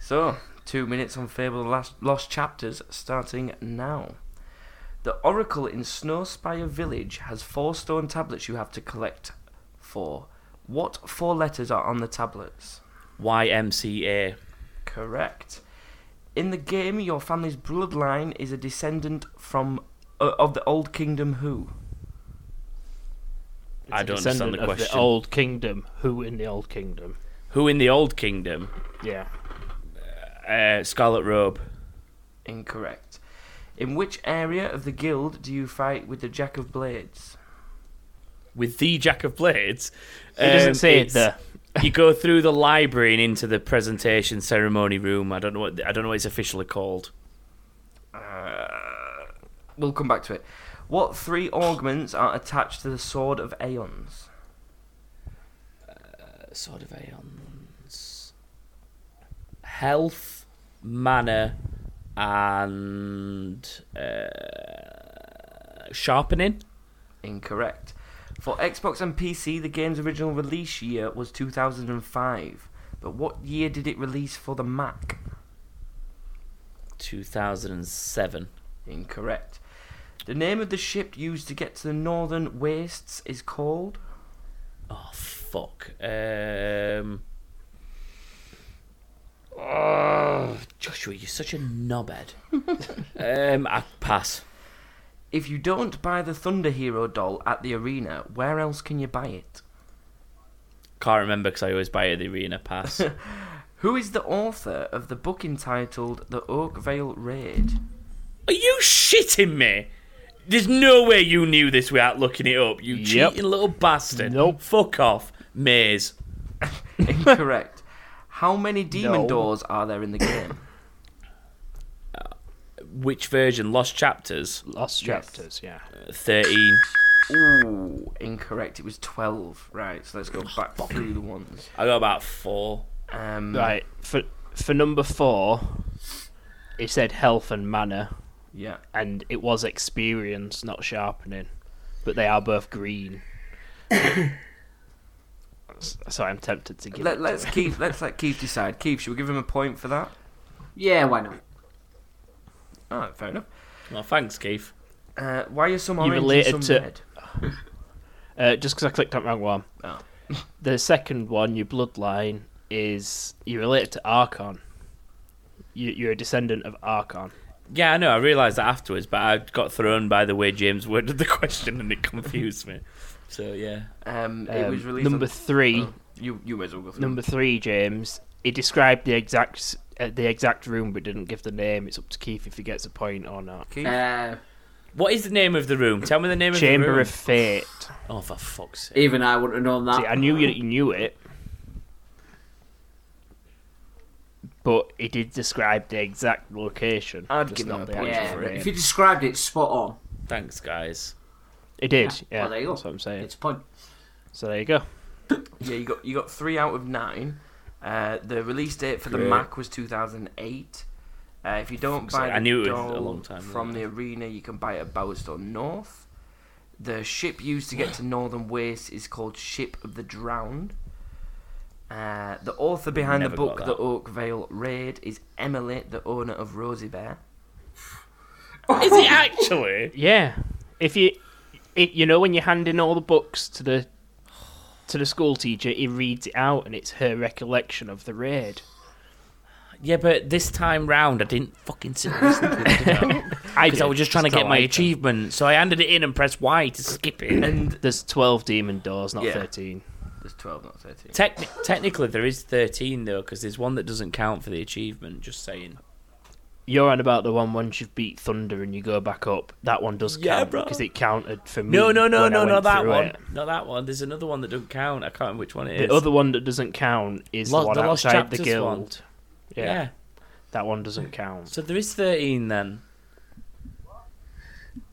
D: So, two minutes on Fable The Last Lost Chapters starting now. The Oracle in Snowspire Village has four stone tablets you have to collect for. What four letters are on the tablets?
A: YMCA.
D: Correct. In the game, your family's bloodline is a descendant from uh, of the Old Kingdom who?
A: I
C: It's a
A: don't understand
C: descendant
A: the
C: of
A: question.
C: The old kingdom. Who in the old kingdom?
A: Who in the Old Kingdom?
C: Yeah.
A: Uh, Scarlet Robe.
D: Incorrect. In which area of the guild do you fight with the Jack of Blades?
A: With the Jack of Blades.
C: It doesn't
A: Um,
C: say
A: it's-
C: the.
A: [LAUGHS] you go through the library and into the presentation ceremony room. I don't know what I don't know what it's officially called.
D: Uh, we'll come back to it. What three augments are attached to the Sword of Aeons?
A: Uh, Sword of Aeons. Health, mana, and uh, sharpening.
D: Incorrect. For Xbox and PC, the game's original release year was 2005. But what year did it release for the Mac?
A: 2007.
D: Incorrect. The name of the ship used to get to the northern wastes is called.
A: Oh fuck. Um. Oh, Joshua, you're such a
C: [LAUGHS]
A: knobhead. um, I pass.
D: If you don't buy the Thunder Hero doll at the arena, where else can you buy it?
A: Can't remember because I always buy it at the arena. Pass.
D: Who is the author of the book entitled The Oakvale Raid?
A: Are you shitting me? There's no way you knew this without looking it up. You
C: Yep.
A: cheating little bastard.
C: Nope.
A: Fuck off, Maze.
D: Incorrect.
C: [LAUGHS]
D: How many demon
C: No.
D: doors are there in
C: [COUGHS]
D: the game?
A: Which version? Lost chapters.
C: Lost
D: Yes.
C: chapters, yeah.
A: Thirteen.
D: Ooh, incorrect. It was 12. Right, so let's go back through the ones.
A: I got about four.
D: Um,
C: Right for for number four, it said health and manner,
D: Yeah.
C: and it was experience, not sharpening, but they are both green. [COUGHS] so I'm tempted to give.
D: Let,
C: it
D: let's
C: to
D: Keith. Let's let Keith decide. Keith, should we give him a point for that?
E: Yeah, why not?
D: All right, Ah, fair enough.
A: Well, thanks, Keith.
D: Uh, why are some
C: You
D: orange
C: related
D: and some
C: to-
D: red?
C: Uh, just because I clicked on the wrong one.
D: Oh.
C: [LAUGHS] the second one, your bloodline is you're related to Archon. You, you're a descendant of Archon.
A: Yeah, I know. I realised that afterwards, but I got thrown by the way James worded the question, and it confused me. So yeah,
D: Um, it
C: Um,
D: was released.
C: number
D: on...
C: three.
D: Oh, you you may as well go through.
C: Number three, James. He described the exact s- uh, the exact room, but didn't give the name. It's up to Keith if he gets a point or not.
D: Keith.
E: Uh,
A: what is the name of the room? Tell me the name of the
C: Chamber
A: room.
C: of Fate.
A: Oh, for fuck's sake!
E: even I wouldn't have known that.
C: See, I knew you, you knew it, but he did describe the exact location.
D: I'd
C: just
D: give him
C: not
D: a
C: the
D: point
E: yeah,
C: actual
D: for
C: name.
E: if you described it spot on,
A: Thanks, guys.
C: It did.
E: Yeah,
C: Yeah,
E: well, there you go.
C: that's what I'm saying.
E: it's a point.
C: So there you go.
D: Yeah, you got you got three out of nine. Uh, the release date for the
A: Great.
D: Mac was 2008. Uh, if you don't
A: Fuck's sake,
D: buy the
A: I knew it was a
D: doll
A: long time ago.
D: from the arena, you can buy it at Bowerstone North. The ship used to get to Northern Waste is called Ship of the Drowned. Uh, the author behind the
A: Never got
D: book The
A: that.
D: Oakvale Raid is Emily, the owner of Rosie Bear.
A: Is it actually?
C: Yeah, if you, it, you know, when you hand in all the books to the to the school teacher, he reads it out, and it's her recollection of the raid.
A: Yeah, but this time round, I didn't fucking sit and listen to it
C: I
A: because I
C: did,
A: was just trying to
C: not
A: get my
C: like that.
A: achievement. So I handed it in and pressed Y to skip it.
D: And
C: There's twelve demon doors, not
D: Yeah.
C: thirteen.
D: there's 12, not 13.
A: Techni- technically, there is thirteen though, because there's one that doesn't count for the achievement. Just saying.
C: You're on about the one once you've beat Thunder and you go back up. That one does
A: Yeah,
C: count
A: bro.
C: because it counted for me.
A: No, no, no,
C: when I
A: no,
C: went
A: not that
C: through
A: one.
C: it.
A: Not that one. There's another one that doesn't count. I can't remember which one it
C: The
A: is.
C: other one that doesn't count is
A: Lo-
C: the one
A: the Lost
C: outside the
A: Chapters
C: guild.
A: one.
C: Yeah,
A: yeah.
C: that one doesn't count.
A: So there is thirteen then.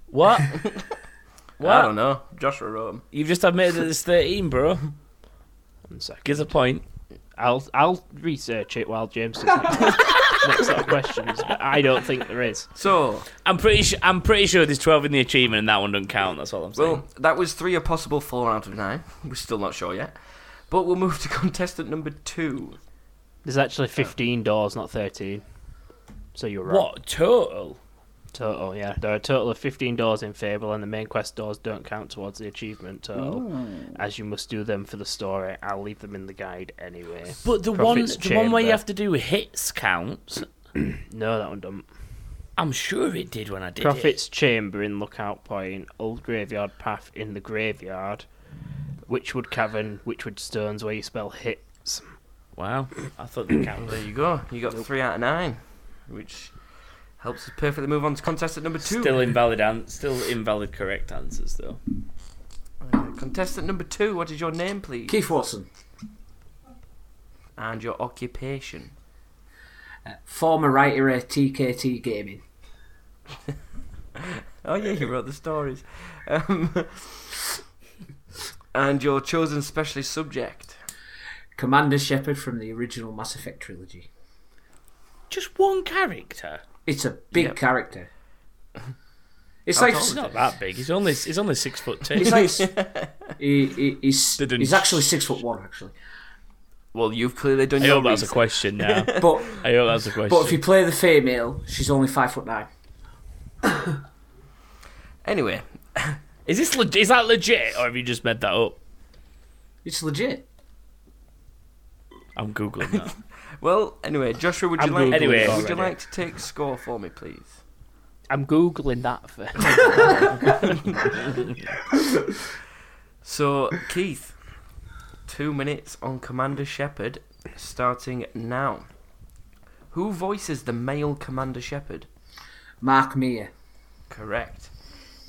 A: What?
D: I
A: what?
D: don't know. Joshua Rome.
A: You've just admitted that there's thirteen, bro.
C: One second.
A: Give us a point.
C: I'll I'll research it
A: [LAUGHS]
C: while James sits next, next lot of questions. But I don't think there is.
D: So,
A: I'm pretty. Su- I'm pretty sure there's twelve in the achievement, and that one doesn't count. That's all I'm saying.
D: Well, that was three, a possible four out of nine. We're still not sure yet. But we'll move to [LAUGHS] contestant number two.
C: There's actually 15 doors, not 13. So you're right.
A: what total?
C: Total, yeah. There are a total of 15 doors in Fable, and the main quest doors don't count towards the achievement total,
A: Hmm.
C: as you must do them for the story. I'll leave them in the guide anyway.
A: But the
C: Profits
A: one, the one where you
C: chamber.
A: have to do hits counts.
C: No, that one doesn't.
A: I'm sure it did when I did it.
C: Prophet's Chamber in Lookout Point, Old Graveyard Path in the Graveyard, Witchwood Cavern, Witchwood Stones, where you spell hits.
A: Wow, I thought they
D: There [COUGHS]
A: counted.
D: you go. You got three out of nine, which helps us perfectly move on to contestant number two.
A: Still invalid. An- still invalid. Correct answers though.
D: Uh, contestant number two, what is your name, please?
E: Keith Watson.
D: and your occupation?
E: Former writer at TKT Gaming.
D: Oh yeah, you wrote the stories. Um, [LAUGHS] and your chosen specialist subject.
E: Commander Shepard from the original Mass Effect trilogy.
A: Just one character.
E: It's a big
D: Yep.
E: [LAUGHS] character. It's
D: How
E: like
D: tall
A: It's not that big. He's only he's only six foot two.
E: he's like [LAUGHS] he, he, he's,
A: Didn't-
E: he's actually six foot one [LAUGHS] actually.
D: Well, you've clearly done
A: I
D: your
A: hope that's a
D: research.
A: question now.
E: But
A: I hope that's a question.
E: but if you play the female, she's only five foot nine.
D: Anyway,
A: Is this leg- is that legit or have you just made that up?
E: It's legit.
A: I'm googling that.
D: well, anyway, Joshua, would you
C: I'm
D: like
C: Googling
A: Anyway.
D: would you
C: already.
D: like to take score for me, please?
C: I'm googling that for. [LAUGHS]
D: So, Keith, two minutes on Commander Shepard, starting now. Who voices the male Commander Shepard?
E: Mark Meir.
D: Correct.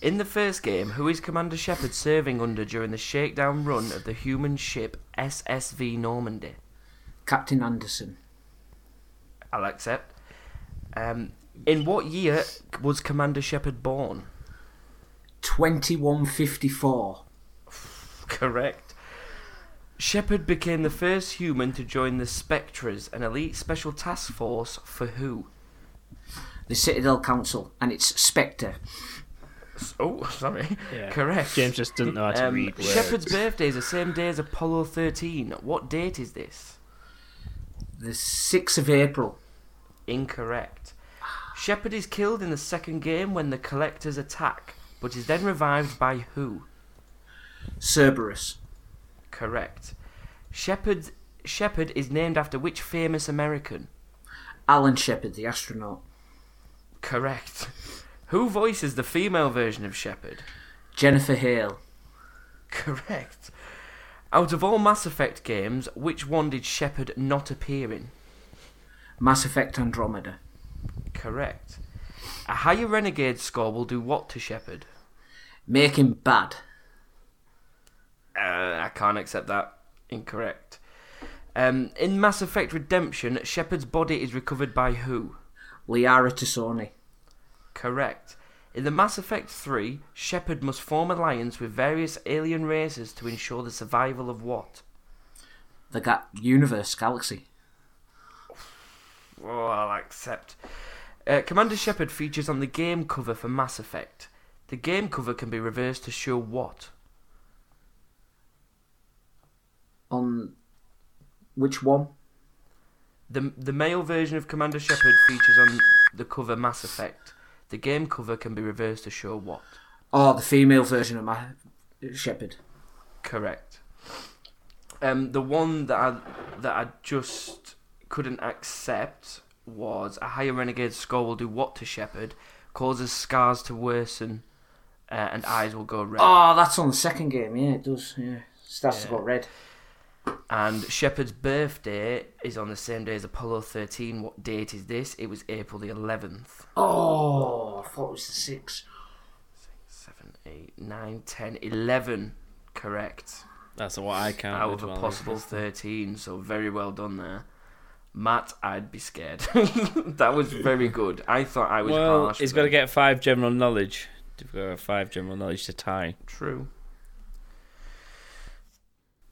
D: In the first game, who is Commander Shepard serving under during the shakedown run of the human ship SSV Normandy?
E: Captain Anderson.
D: I'll accept. Um, in what year was Commander Shepard born? [LAUGHS]
E: Twenty one fifty four.
D: Correct. Shepard became the first human to join the Spectres, an elite special task force for who?
E: The Citadel Council and it's Spectre.
D: S- Oh, [LAUGHS] sorry.
C: Yeah.
D: Correct.
C: James just doesn't know how to
D: um,
C: read words.
D: Shepard's birthday is the same day as Apollo 13. What date is this?
E: The sixth of April.
D: Incorrect. Shepard is killed in the second game when the Collectors attack, but is then revived by who?
E: Cerberus.
D: Correct. Shepard Shepard is named after which famous American?
E: Alan Shepard, the astronaut.
D: Correct. [LAUGHS] Who voices the female version of Shepard?
E: Jennifer Hale.
D: Correct. Out of all Mass Effect games, which one did Shepard not appear in?
E: Mass Effect Andromeda.
D: Correct. A higher Renegade score will do what to Shepard?
E: Make him bad.
D: Uh, I can't accept that. Incorrect. Um, in Mass Effect Redemption, Shepard's body is recovered by who?
E: Liara Tassoni.
D: Correct. In the Mass Effect 3, Shepard must form alliance with various alien races to ensure the survival of what?
E: The ga- universe, galaxy.
D: Oh, I'll accept. Uh, Commander Shepard features on the game cover for Mass Effect. The game cover can be reversed to show what?
E: On which one?
D: The, the male version of Commander Shepard features on the cover Mass Effect. The game cover can be reversed to show what?
E: Oh, the female version of my Shepherd.
D: Correct. Um, the one that I that I just couldn't accept was a higher renegade score will do what to Shepard, causes scars to worsen, uh, and eyes will go red.
E: Oh, that's on the second game. Yeah, it does. Yeah, starts to
D: Yeah.
E: go red.
D: And Shepard's birthday is on the same day as Apollo 13. What date is this? It was April the 11th.
E: Oh, I thought it was the six.
D: 7, 8, 9, 10, 11. Correct.
A: [LAUGHS] That's what I count.
D: Out of a possible 13, so very well done there. Matt, I'd be scared. [LAUGHS] that
A: [LAUGHS]
D: was very good. I thought I was
A: Well,
D: harsh.
A: he's
D: but-
A: got to get five general knowledge. You've got to have five general knowledge to tie.
D: True.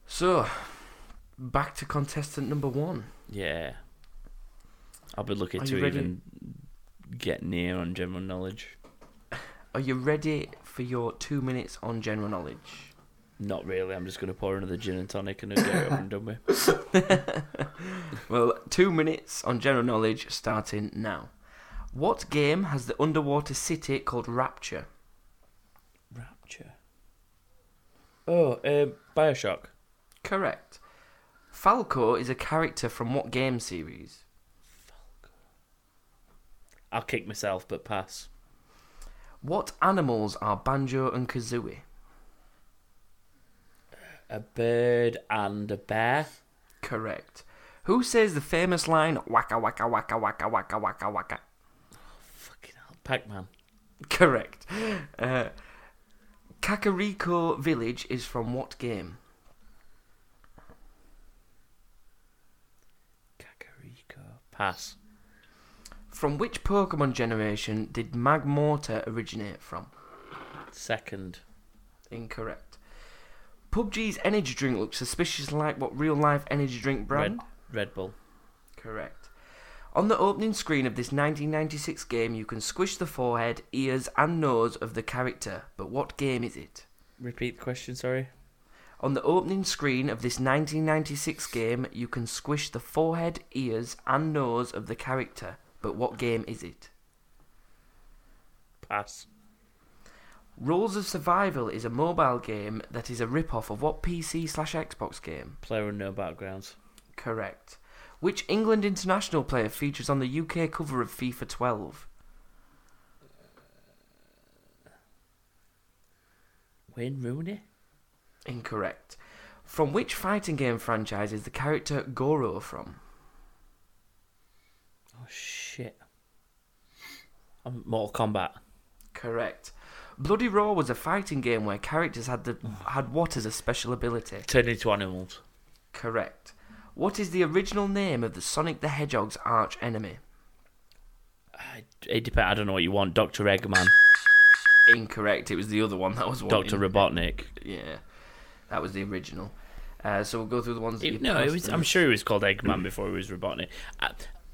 D: So, back to contestant number one.
A: Yeah. I'll be lucky
D: Are
A: to
D: you ready?
A: even get near on general knowledge.
D: Are you ready for your two minutes on general knowledge?
A: Not really. I'm just going to pour another gin and tonic and get it up and done with.
D: Well, two minutes on general knowledge starting now. What game has the underwater city called Rapture?
A: [COUGHS] Rapture. Oh, um, Bioshock.
D: Correct. Falco is a character from what game series?
A: I'll kick myself, but pass.
D: What animals are Banjo and Kazooie?
A: A bird and a bear.
D: Correct. Who says the famous line waka waka waka waka waka waka waka? [LAUGHS]
A: Fucking hell. Pac Man.
D: Correct. Uh, Kakariko Village is from what game?
A: Pass.
D: From which Pokemon generation did Magmortar originate from?
A: Second.
D: Incorrect. PUBG's energy drink looks suspiciously like what real life energy drink brand?
A: Red Bull.
D: Correct. On the opening screen of this 1996 game, you can squish the forehead, ears, and nose of the character, but what game is it?
A: Repeat the question, sorry.
D: On the opening screen of this 1996 game, you can squish the forehead, ears, and nose of the character, but what game is it?
A: Pass.
D: Rules of Survival is a mobile game that is a rip-off of what PC slash Xbox game?
A: Player and no backgrounds.
D: Correct. Which England international player features on the UK cover of FIFA 12?
A: Wayne Rooney?
D: Incorrect. From which fighting game franchise is the character Goro from?
A: Oh, shit. Um, Mortal Kombat.
D: Correct. Bloody Raw was a fighting game where characters had the had what as a special ability?
A: Turned into animals.
D: Correct. What is the original name of the Sonic the Hedgehog's arch enemy?
A: I, it depends. I don't know what you want. Dr. Eggman.
D: Incorrect. It was the other one that was wanting.
A: Dr. Robotnik.
D: Yeah, that was the original. Uh, so we'll go through the ones. That you
A: It- no, it
D: passed
A: was,
D: through.
A: I'm sure he was called
D: [CLEARS THROAT]
A: Eggman before he was Robotnik. I,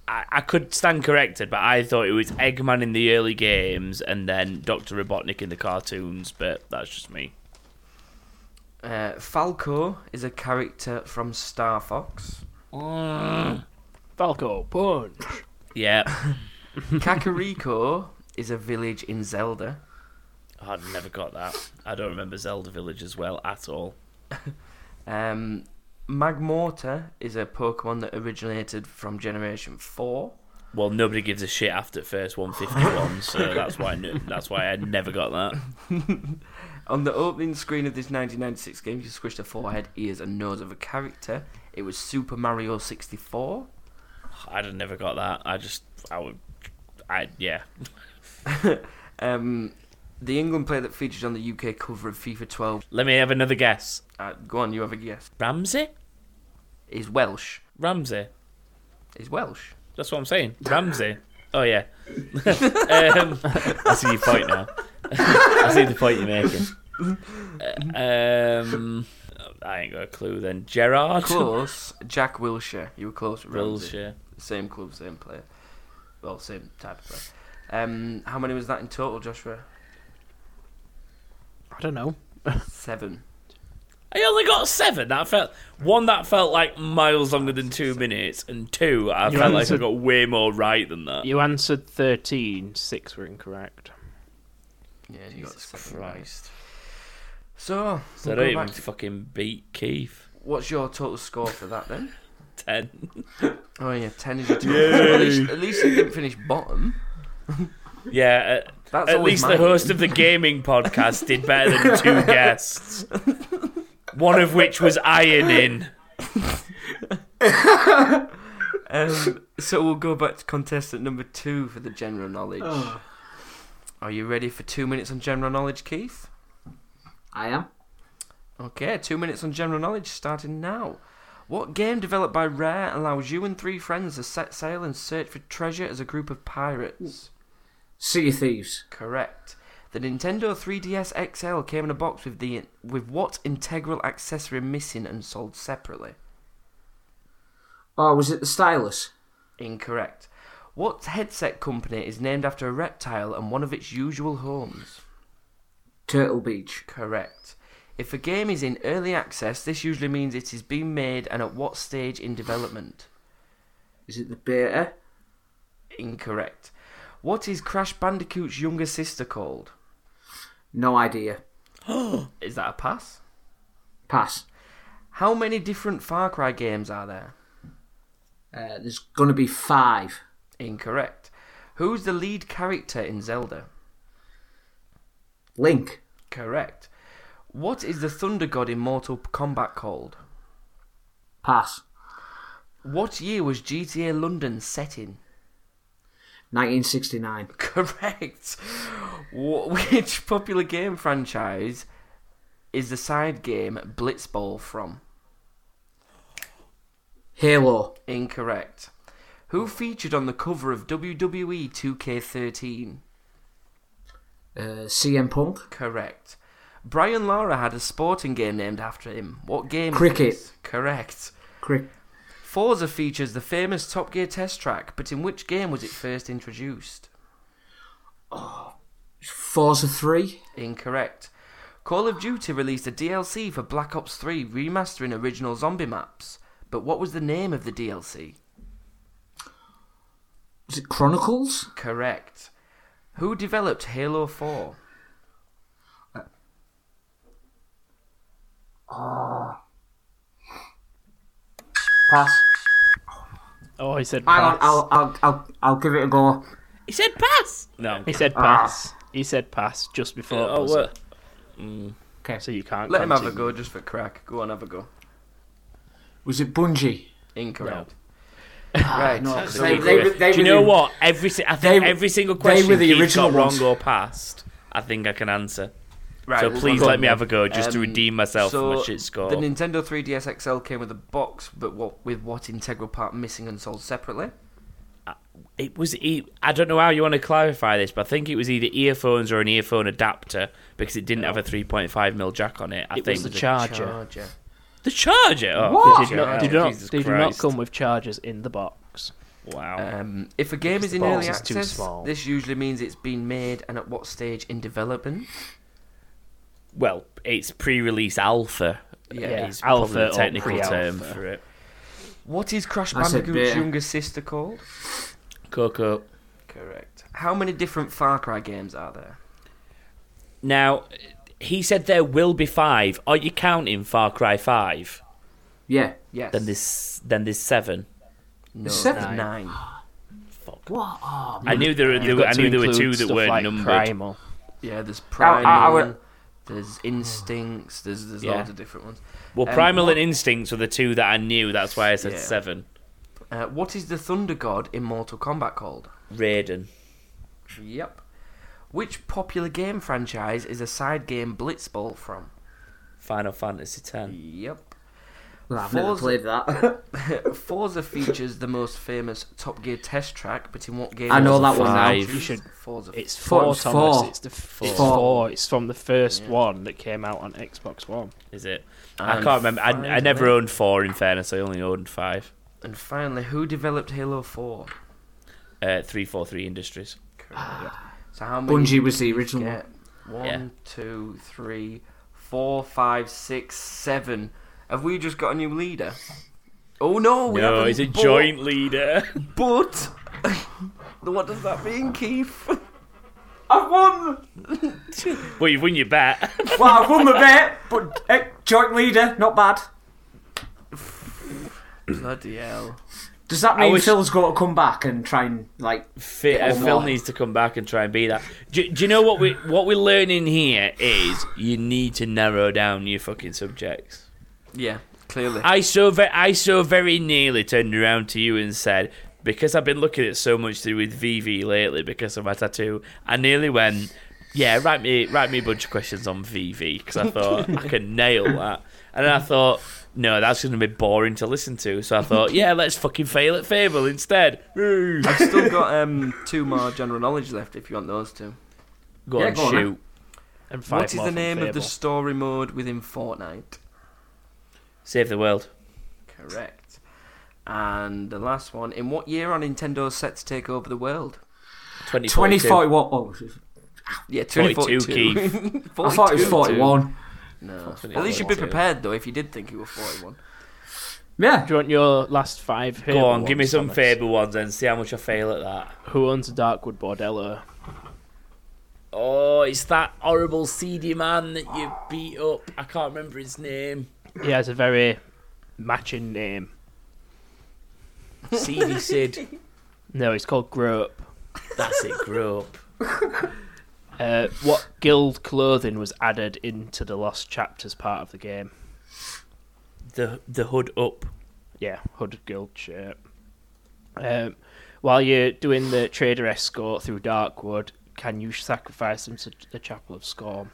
A: I, I could stand corrected, but I thought it was Eggman in the early games and then Dr. Robotnik in the cartoons, but that's just me.
D: Uh, Falco is a character from
A: [LAUGHS]
D: Star Fox.
C: Falco, punch.
A: Yeah,
D: Kakariko is a village in Zelda.
A: I'd never got that. I don't remember Zelda Village as well at all.
D: Um, Magmortar is a Pokemon that originated from Generation Four.
A: Well, nobody gives a shit after first 151, so that's why I knew, that's why I never got that.
D: On the opening screen of this 1996 game, you squished the forehead, ears, and nose of a character. It was Super Mario 64.
A: I'd have never got that. I just I would I yeah.
D: Um, the England player that featured on the UK cover of FIFA 12.
A: Let me have another guess.
D: Uh, go on, you have a guess.
A: Ramsey?
D: Is Welsh.
A: Ramsey.
D: Is Welsh.
A: That's what I'm saying. Ramsey. Oh yeah. [LAUGHS] um, I see your point now. [LAUGHS] I see the point you're making. Uh, um, I ain't got a clue. Then Gerard.
D: Close. Jack Wilshire. You were close. with Ramsey.
A: Wilshire.
D: Same club, same player. Well, same type of player. Um, how many was that in total, Joshua?
C: I don't know.
D: Seven.
A: I only got seven. That felt one that felt like miles longer than two minutes, and two I
C: You
A: felt like I
C: answered-
A: got way more right than that.
C: You answered 13, six were incorrect.
D: Yeah, you got
A: Jesus
D: seven. right.
A: Christ!
D: So,
A: So I don't
D: we'll go
A: even
D: back to-
A: fucking beat Keith.
D: what's your total score for that then?
A: Ten.
D: [LAUGHS]
A: [LAUGHS]
D: Oh yeah, ten is your total. Well, at, least, at least you didn't finish bottom.
A: Yeah. uh,
D: That's
A: At
D: always
A: least
D: mine.
A: the host of the gaming podcast did better than two guests. One of which was ironing.
D: Um, so we'll go back to contestant number two for the general knowledge.
E: Oh,
D: Are you ready for two minutes on general knowledge, Keith?
E: I am.
D: Okay, two minutes on general knowledge starting now. What game developed by Rare allows you and three friends to set sail and search for treasure as a group of pirates?
E: Sea of Thieves.
D: Correct. The Nintendo 3DS XL came in a box with the with what integral accessory missing and sold separately?
E: Oh, was it the Stylus?
D: Incorrect. What headset company is named after a reptile and one of its usual homes?
E: Turtle Beach.
D: Correct. If a game is in early access, this usually means it is being made and at what stage in development?
E: Is it the Beta?
D: Incorrect. What is Crash Bandicoot's younger sister called?
E: No idea.
D: Is that a pass?
E: Pass.
D: How many different Far Cry games are there?
E: Uh, there's going to be five.
D: Incorrect. Who's the lead character in Zelda?
E: Link.
D: Correct. What is the Thunder God in Mortal Kombat called?
E: Pass.
D: What year was GTA London set in? [LAUGHS]
E: 1969.
D: Correct. Wh- [LAUGHS] Which popular game franchise is the side game Blitzball from?
E: Halo.
D: Incorrect. Who featured on the cover of E WWE 2K13?
E: Uh, CM Punk.
D: Correct. Brian Lara had a sporting game named after him. What game? is
E: Cricket.
D: this? Correct.
E: Crick.
D: Forza features the famous Top Gear test track, but in which game was it first introduced?
E: Forza 3.
D: Incorrect. Call of Duty released a DLC for Black Ops 3 remastering original zombie maps, but what was the name of the DLC?
E: Was it Chronicles?
D: Correct. Who developed Halo 4?
E: Pass.
C: Oh, he said
E: Hang on,
C: pass.
E: I'll, I'll, I'll, I'll give it a go.
A: He said pass. No.
C: He
E: Ah.
C: said pass. He said pass just before.
A: Oh,
C: buzzer,
A: well,
C: So you can't.
D: Let him have a
C: continue.
D: go just for crack. Go on, have a go.
E: Was it Bungie?
D: Incorrect.
A: Ah,
E: Right. No, 'cause they, they, they,
A: Do you
E: were
A: know
E: the-
A: what? Every si- I think
E: They-
A: every single
E: they
A: question
E: were the
A: he's
E: original
A: got wrong
E: ones.
A: or passed, I think I can answer.
D: Right,
A: so
D: there's
A: please
D: one
A: let me
D: more.
A: have a go just to
D: Um,
A: redeem myself
D: so
A: from a shit score.
D: The Nintendo 3DS XL came with a box, but what with what integral part missing and sold separately?
A: it was e- I don't know how you want to clarify this, but I think it was either earphones or an earphone adapter because it didn't have a 3.5 mil jack on it. I
C: It
A: think
C: was the charger.
D: Charger.
A: The charger. Oh,
E: What?
A: the
C: Did not,
A: charger.
C: did not,
A: Jesus
C: they do not
A: Christ.
C: come with chargers in the box.
A: Wow.
D: Um, if a game
C: Because
D: is
C: the
D: in early
C: box is too
D: access,
C: small.
D: this usually means it's been made and at what stage in development?
A: well, it's pre-release alpha.
D: Yeah.
A: Yeah, is
C: Alpha
A: probably the
C: or
A: technical
C: pre-alpha.
A: term for it.
D: What is Crash
E: I said
D: Bandicoot's
E: beer.
D: younger sister called?
A: Coco.
D: Correct. How many different Far Cry games are there?
A: Now, he said there will be five. Are you counting Far Cry Five?
E: Yeah.
D: Yes.
A: Then this, then there's seven.
D: no,
E: There's seven.
D: there's nine.
E: What? Oh,
A: I knew there, were- there
C: You've
A: were,
C: got
A: I
C: to
A: knew there were
C: include
A: two that
C: stuff
A: weren't
C: like
A: numbered.
C: Primal.
D: Yeah, there's
E: I-
D: Primal.
E: I would-
D: There's Instincts. There's there's
A: Yeah.
D: loads of different ones.
A: Well,
D: Um,
A: Primal
D: what-
A: and Instincts were the two that I knew. That's why I said
D: Yeah.
A: seven.
D: Uh, what is the Thunder God in Mortal Kombat called?
A: Raiden.
D: Yep. Which popular game franchise is a side game Blitzball from?
A: Final Fantasy Ten.
D: Yep.
E: well, I've never
D: Forza-
E: played [LAUGHS] that.
D: Forza features the most famous Top Gear test track, but in what game?
E: I know
D: was it
E: that one now.
A: Five.
D: featured?
C: You should-
D: Forza.
C: It's
E: Four,
C: four,
E: it's
C: Thomas.
E: four.
C: It's the f-
E: It's
C: it's
E: four.
C: four. It's from the first
D: Yeah.
C: one that came out on Xbox One.
A: Is it? I
D: And
A: can't remember. I, I
D: finally-
A: never owned four. In fairness, I only owned five.
D: And finally, who developed Halo 4?
A: Uh, three four three Industries.
D: Correct. So how many?
E: Bungie was the original one.
D: Get one, two, three, four, five, six, seven. Have we just got a new leader? Oh no, we
A: no,
D: haven't.
A: he's a
D: but-
A: joint leader.
D: But [LAUGHS] what does that mean, Keith?
E: I've won!
A: [LAUGHS] well, you've won your bet.
E: Well, I've won the bet, but eh, joint leader, not bad.
D: Bloody hell!
E: Does that
A: I
E: mean
A: wish-
E: Phil's got to come back and try and, like,
A: Phil, uh,
E: Come
A: Phil
E: on.
A: needs to come back and try and be that. Do, do you know what we what we're learning here is you need to narrow down your fucking subjects.
D: Yeah, clearly.
A: I so ve- I so very nearly turned around to you and said because I've been looking at so much to do with VV lately because of my tattoo. I nearly went, yeah, write me write me a bunch of questions on VV because I thought I can nail that, and then I thought. No, that's going to be boring to listen to. So I thought, yeah, let's fucking fail at Fable instead. Woo.
D: I've still got um, two more general knowledge left if you want those two.
A: Go
E: Yeah,
A: on,
E: go on,
A: shoot.
C: And five
D: What is
C: more
D: the
C: from
D: name of the
C: Fable.
D: story mode within Fortnite?
A: Save the world.
D: Correct. And the last one, in what year are Nintendo set to take over the world?
A: 2042.
E: 2041. Oh,
D: Yeah,
A: 42,
D: 2042. [LAUGHS]
E: I thought it was 41.
D: No.
A: Fucking
D: At least you'd be
A: 42.
D: prepared though if you did think you were 41.
E: Yeah.
C: Do you want your last five?
A: Go
C: Fable
A: on, give me
C: ones,
A: some
C: Thomas?
A: Fable ones and see how much I fail at that.
C: Who owns a Darkwood Bordello?
A: Oh, it's that horrible seedy man that you beat up. I can't remember his name.
C: He has a very matching name.
A: [LAUGHS] Seedy Sid.
C: No, it's called Grope.
A: That's it, grow up.
C: Uh, what guild clothing was added into the Lost Chapters part of the game?
A: The, the hood up.
C: Yeah, hood guild shirt. Um, while you're doing the trader escort through Darkwood, can you sacrifice him to the Chapel of Storm?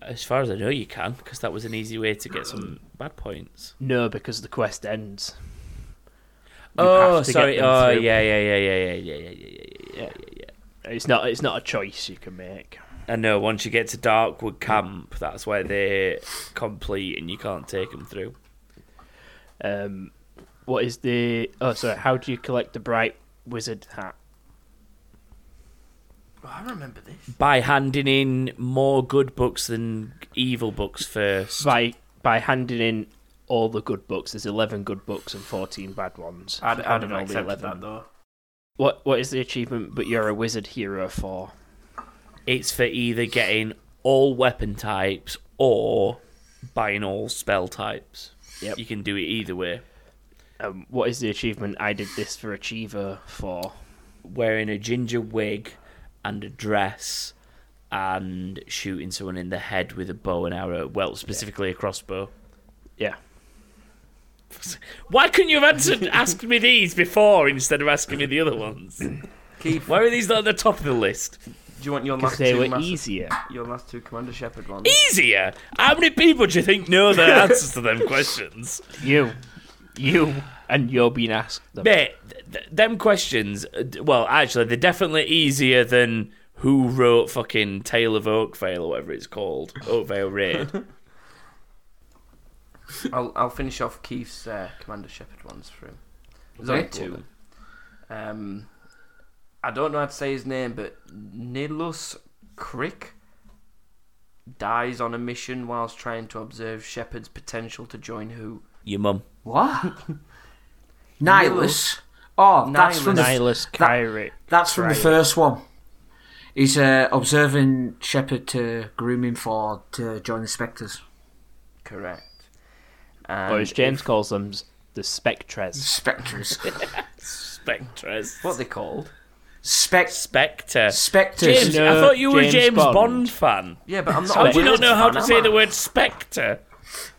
A: As far as I know, you can, because that was an easy way to get some bad points.
C: No, because the quest ends.
D: You
A: oh,
D: have to
A: sorry.
D: Get them
A: Oh,
D: through.
A: yeah, yeah, yeah, yeah, yeah, yeah, yeah, yeah, yeah, yeah, yeah, yeah.
C: It's not. It's not a choice you can make.
A: I know. Once you get to Darkwood Camp, that's where they complete, and you can't take them through.
C: Um, what is the? Oh, sorry. How do you collect the bright wizard hat?
D: Oh, I remember this.
A: By handing in more good books than evil books first.
C: By by handing in all the good books. There's eleven good books and fourteen bad ones.
D: I'd,
C: You
D: I'd
C: handed
D: have
C: all the
D: accepted
C: 11.
D: that though.
C: What what is the achievement? But you're a wizard hero for.
A: It's for either getting all weapon types or buying all spell types.
C: Yep.
A: You can do it either way.
C: Um, what is the achievement? I did this for achiever for.
A: Wearing a ginger wig and a dress and shooting someone in the head with a bow and arrow. Well, specifically a crossbow.
C: Yeah.
A: Why couldn't you have answered, asked me these before instead of asking me the other ones?
D: Keith,
A: Why are these not at the top of the list?
D: do you want your
C: Because
D: last
C: they
D: two?
C: were
D: master-
C: easier.
D: Your last two Commander Shepard ones.
A: Easier. How many people do you think know the answers to them questions?
C: You, you, and you're being asked. Them.
A: Mate, th- th- them questions, uh, d- well, actually, they're definitely easier than who wrote fucking Tale of Oakvale or whatever it's
D: [LAUGHS]
A: called. Oakvale Raid.
D: I'll I'll finish off Keith's uh, Commander Shepard ones for him. There's
E: Okay.
D: only two. Um, I don't know how to say his name, but Nilus Crick dies on a mission whilst trying to observe Shepard's potential to join who.
A: Your mum.
E: [LAUGHS] What? Nihilus. Oh, that's from the,
C: Nihilus Kyrie.
E: that's from the
C: Right.
E: first one. He's uh, observing Shepard to groom him for to join the Spectres.
D: Correct. And
A: Oh,
C: Or as James calls them, the Spectres.
E: [LAUGHS] Spectres.
A: Spectres.
D: What they called?
E: Spect-
A: Spectre.
E: Spectres.
A: James, I
C: No,
A: thought you were a
C: James
A: James Bond,
C: Bond.
A: fan.
D: Yeah, but I'm
A: [LAUGHS]
D: not.
A: How
D: a
A: do you not
D: Wills
A: know how
D: fan,
A: to
D: am
A: say the
D: I?
A: word Spectre?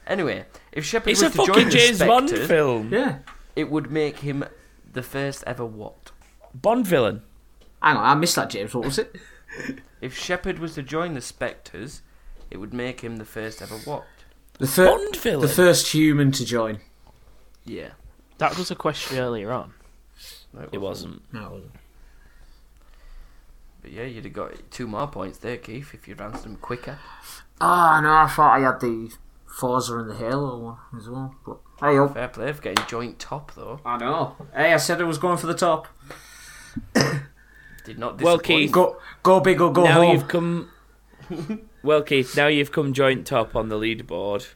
D: Anyway, if Shepard
A: It's
D: was
A: a
D: to join
A: fucking
D: the
A: James Bond
D: Spectre,
A: film.
E: Yeah.
D: it would make him the first ever what?
A: Bond villain.
E: Hang on, I missed that, James. What was it?
D: If Shepard was to join the Spectres, it would make him the first ever what?
E: The fir-
A: Bond villain.
E: The first human to join.
D: Yeah.
C: That was a question earlier on.
D: no,
A: it wasn't.
E: No.
D: But yeah, you'd have got two more points there, Keith, if you'd answered them quicker.
E: Ah, no, I thought I had the Forza and the Halo one as well. But hey, oh. up.
D: Fair play for getting joint top, though.
E: I know. Hey, I said I was going for the top.
D: Did not
A: Well,
D: disappoint.
A: Keith,
E: Go, go big or go
A: now
E: home.
A: you've come. well, Keith, now you've come joint top on the leaderboard,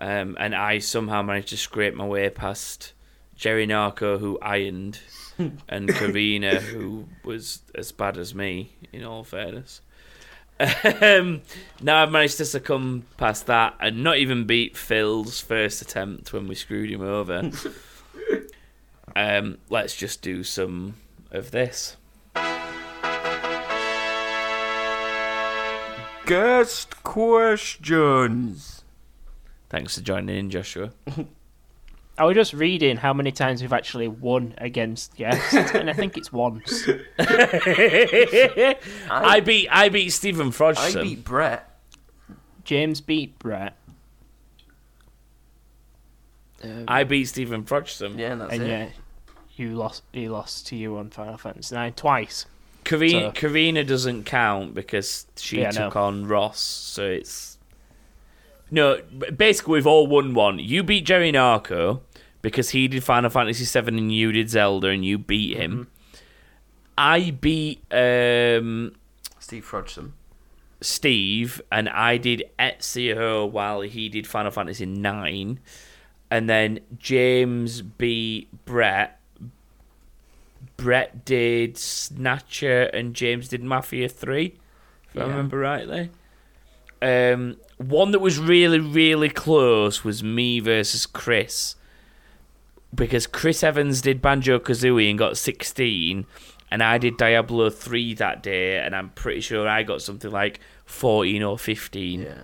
A: um, and I somehow managed to scrape my way past Jerry Narco, who ironed, and Karina, who was as bad as me. In all fairness, um, now I've managed to succumb past that and not even beat Phil's first attempt when we screwed him over. um, let's just do some of this.
D: Guest questions.
A: Thanks for joining in, Joshua.
C: I was just reading how many times we've actually won against guests, and I think it's once.
A: I, beat I beat Stephen
D: I
A: Frodson.
D: beat Brett.
C: James beat Brett, um,
A: Stephen Frodson.
D: Yeah, that's
C: and
D: it.
C: yeah, you lost. He lost to you on Final Fantasy Nine twice.
A: Karina,
C: So-
A: Karina doesn't count because she
C: Yeah, I
A: took
C: know.
A: on Ross, so it's no. b- Basically, we've all won one. You beat Jerry Narco because he did Final Fantasy VII and you did Zelda, and you beat him.
D: Mm-hmm.
A: I beat um,
D: Steve Frodson.
A: Steve and I did Ezio while he did Final Fantasy Nine, and then James beat Brett. Brett did Snatcher and James did Mafia Three, if I
D: Yeah.
A: remember rightly. Um, one that was really really close was me versus Chris, because Chris Evans did Banjo Kazooie and got sixteen, and I did Diablo 3 that day, and I'm pretty sure I got something like 14 or 15.
D: Yeah.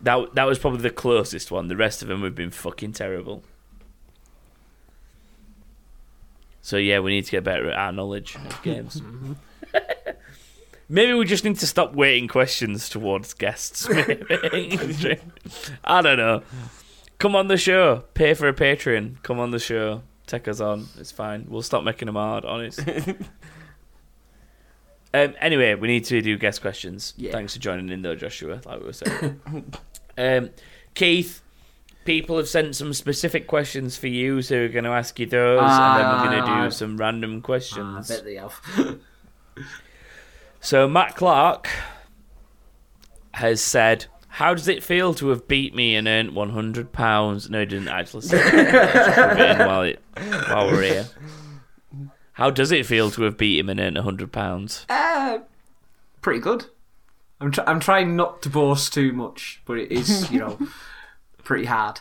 A: That that was probably the closest one. The rest of them have been fucking terrible. So yeah, we need to get better at our knowledge of games. maybe we just need to stop waiting questions towards guests. [LAUGHS] Maybe. I don't know. Come on the show. Pay for a Patreon. Come on the show. Take us on. It's fine. We'll stop making them hard,
E: [LAUGHS]
A: honest. um, anyway, we need to do guest questions.
E: Yeah.
A: Thanks for joining in, though, Joshua, like we were
E: [LAUGHS]
A: saying. um, Keith, people have sent some specific questions for you, so we're going to ask you those, and then we're going to
E: Ah.
A: do some random
E: Ah, I
A: questions.
E: bet they have.
A: So Matt Clark has said, "How does it feel to have beat me and earned one hundred pounds?" No, he didn't actually say that while it while we're here. How does it feel to have beat him and earned hundred pounds?
E: Uh, pretty good. I'm tr- I'm trying not to boast too much, but it is you know pretty hard.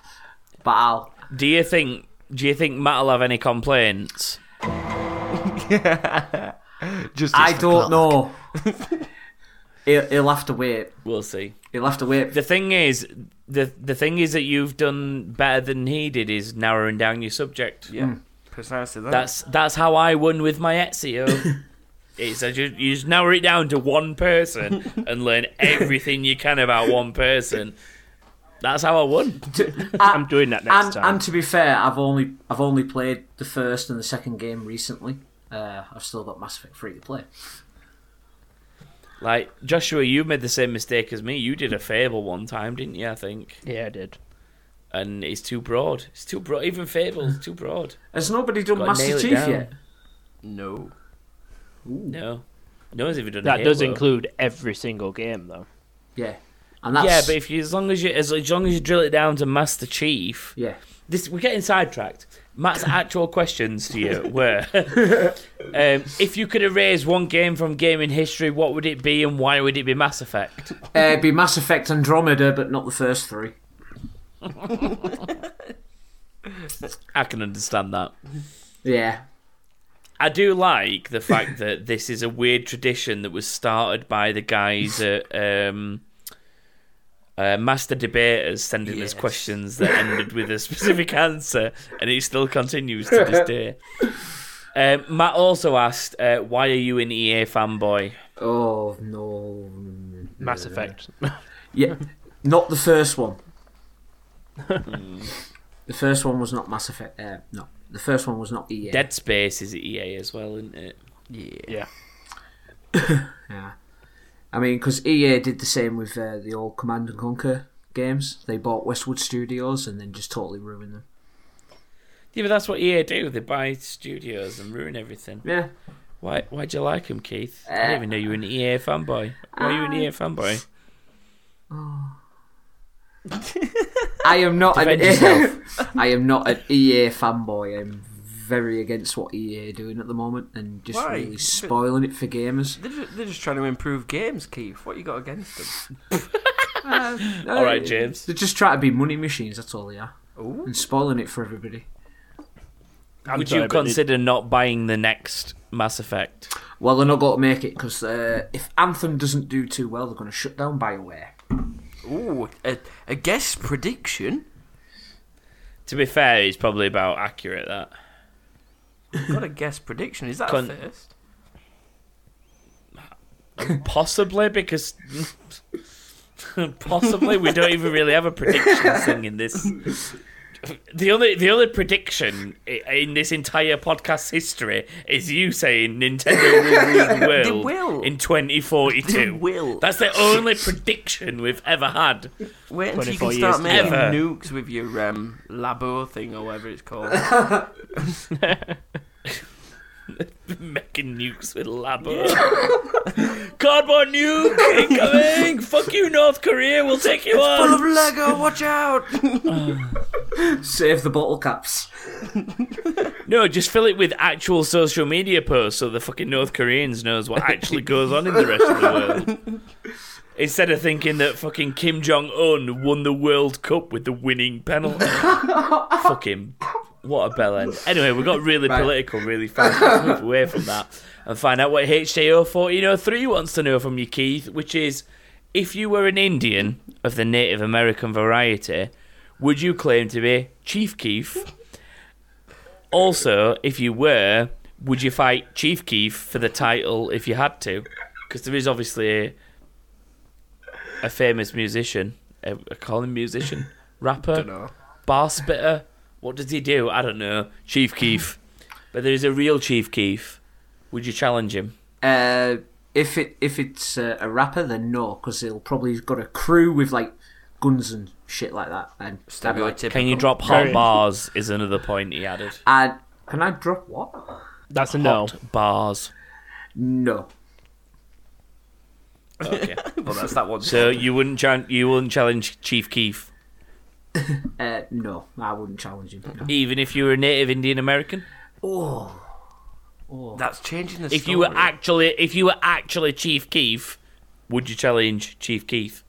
E: But I'll
A: Do you think? Do you think Matt'll have any complaints?
D: Just
E: I don't know.
A: [LAUGHS]
E: he'll, he'll have to wait.
A: We'll see.
E: He'll have to wait.
A: The thing is, the the thing is that you've done better than he did is narrowing down your subject.
D: Yeah, precisely that.
A: That's that's how I won with my Ezio. it's that you, you just narrow it down to one person and learn everything you can about one person. That's how I won.
C: [LAUGHS] I'm doing that next
E: and,
C: time.
E: and to be fair, I've only I've only played the first and the second game recently. Uh, I've still got Mass Effect free to play.
A: Like Joshua, you made the same mistake as me. You did a fable one time, didn't you? I think,
C: yeah, I did.
A: and it's too broad. It's too broad. Even fables too broad.
E: Has nobody done
A: Gotta nail
E: Master
A: it
E: Chief
A: down.
E: yet?
D: no.
A: No, no one's even done.
C: That does
A: Halo.
C: include every single game, though.
E: Yeah, and that's
A: Yeah, but if you, as long as you as, as long as you drill it down to Master Chief,
E: yeah.
A: this we're getting sidetracked. Matt's actual questions to you were: um, If you could erase one game from gaming history, what would it be, and why would it be Mass Effect?
E: Uh, it'd be Mass Effect Andromeda, but not the first three.
A: I can understand that.
E: Yeah,
A: I do like the fact that this is a weird tradition that was started by the guys at um, uh, Master Debaters sending
E: Yes.
A: us questions that ended with a specific answer, and it still continues to this day. Um, Matt also asked, uh, "Why are you an EA fanboy?"
E: Oh no.
A: [LAUGHS]
C: Mass Effect.
E: Yeah, not the first one. the first one was not Mass Effect. Uh, no, the first one was not E EA.
A: Dead Space is EA as well, isn't it?
C: yeah.
E: Yeah, I mean, because EA did the same with uh, the old Command and Conquer games. They bought Westwood Studios and then just totally ruined them.
A: Yeah, but that's what EA do. They buy studios and ruin everything.
E: Yeah,
A: Why? Why'd you like him, Keith? I didn't even know you were an EA fanboy. Why are you an EA fanboy?
E: I am not an E
A: Defend yourself.
E: [LAUGHS] I am not an EA fanboy. I'm very against what EA are doing at the moment and just
D: Why?
E: really spoiling it for gamers.
D: They're just, they're just trying to improve games, Keith. What you got against them?
A: All right, James.
E: They're just trying to be money machines. That's all they are,
D: Ooh.
E: and spoiling it for everybody.
C: I'm
A: Would
C: sorry,
A: you
C: but it-
A: consider not buying the next Mass Effect?
E: Well, they're not going to make it because uh, if Anthem doesn't do too well, they're going to shut down Bioware. [LAUGHS]
D: Ooh, a, a guess prediction?
A: To be fair, it's probably about accurate that.
D: Got a guess prediction. Is that
A: Con-
D: a first?
A: Possibly because possibly we don't even really have a prediction thing in this. The only the only prediction i- in this entire podcast history is you saying Nintendo will rule the
D: They
A: world
D: will.
A: in 2042.
D: [LAUGHS] They will.
A: That's the only prediction we've ever had.
D: Wait until you
C: 24
D: can
C: years
D: start making
A: ago.
D: nukes with your um, labo thing or whatever
A: [LAUGHS]
D: it's called.
A: Making nukes with
D: [LAUGHS]
A: Labo. Cardboard nuke incoming. Fuck you, North Korea. We'll take you
D: Full of
A: on.
D: Lego,
A: [LAUGHS]
D: watch out!
E: Save the bottle caps.
A: No, just fill it with actual social media posts so the fucking North Koreans knows what actually goes on in the rest of the world. Instead of thinking that fucking Kim Jong Un won the World Cup with the winning penalty. fucking what a bell end. Anyway, we got really political really fast. Let's move away from that and find out what HJO1403 wants to know from you, Keith, which is if you were an Indian of the Native American variety, would you claim to be Chief Keith? Also, if you were, would you fight Chief Keef for the title if you had to? Because there is obviously a, a famous musician, a, a calling musician, rapper,
D: Dunno.
A: bar spitter, What does he do? I don't know. Chief Keef. But there is a real Chief Keef. Would you challenge him?
E: Uh, if it if it's uh, a rapper, then no, because he'll probably got a crew with like guns and shit like that. And I'd be like,
D: Stereotypical.
A: Can you drop hot
C: Very-
A: bars? Is another point he added.
E: I can I drop what?
C: That's a no.
A: Hot bars.
E: No.
A: Okay.
D: Well, that's that one.
A: so you wouldn't chan- you wouldn't challenge Chief Keef,
E: Uh, no, I wouldn't challenge him. no.
A: even if you were a native Indian American.
E: Oh,
D: that's changing the story.
A: If you were actually if you were actually Chief Keef, would you challenge Chief Keef?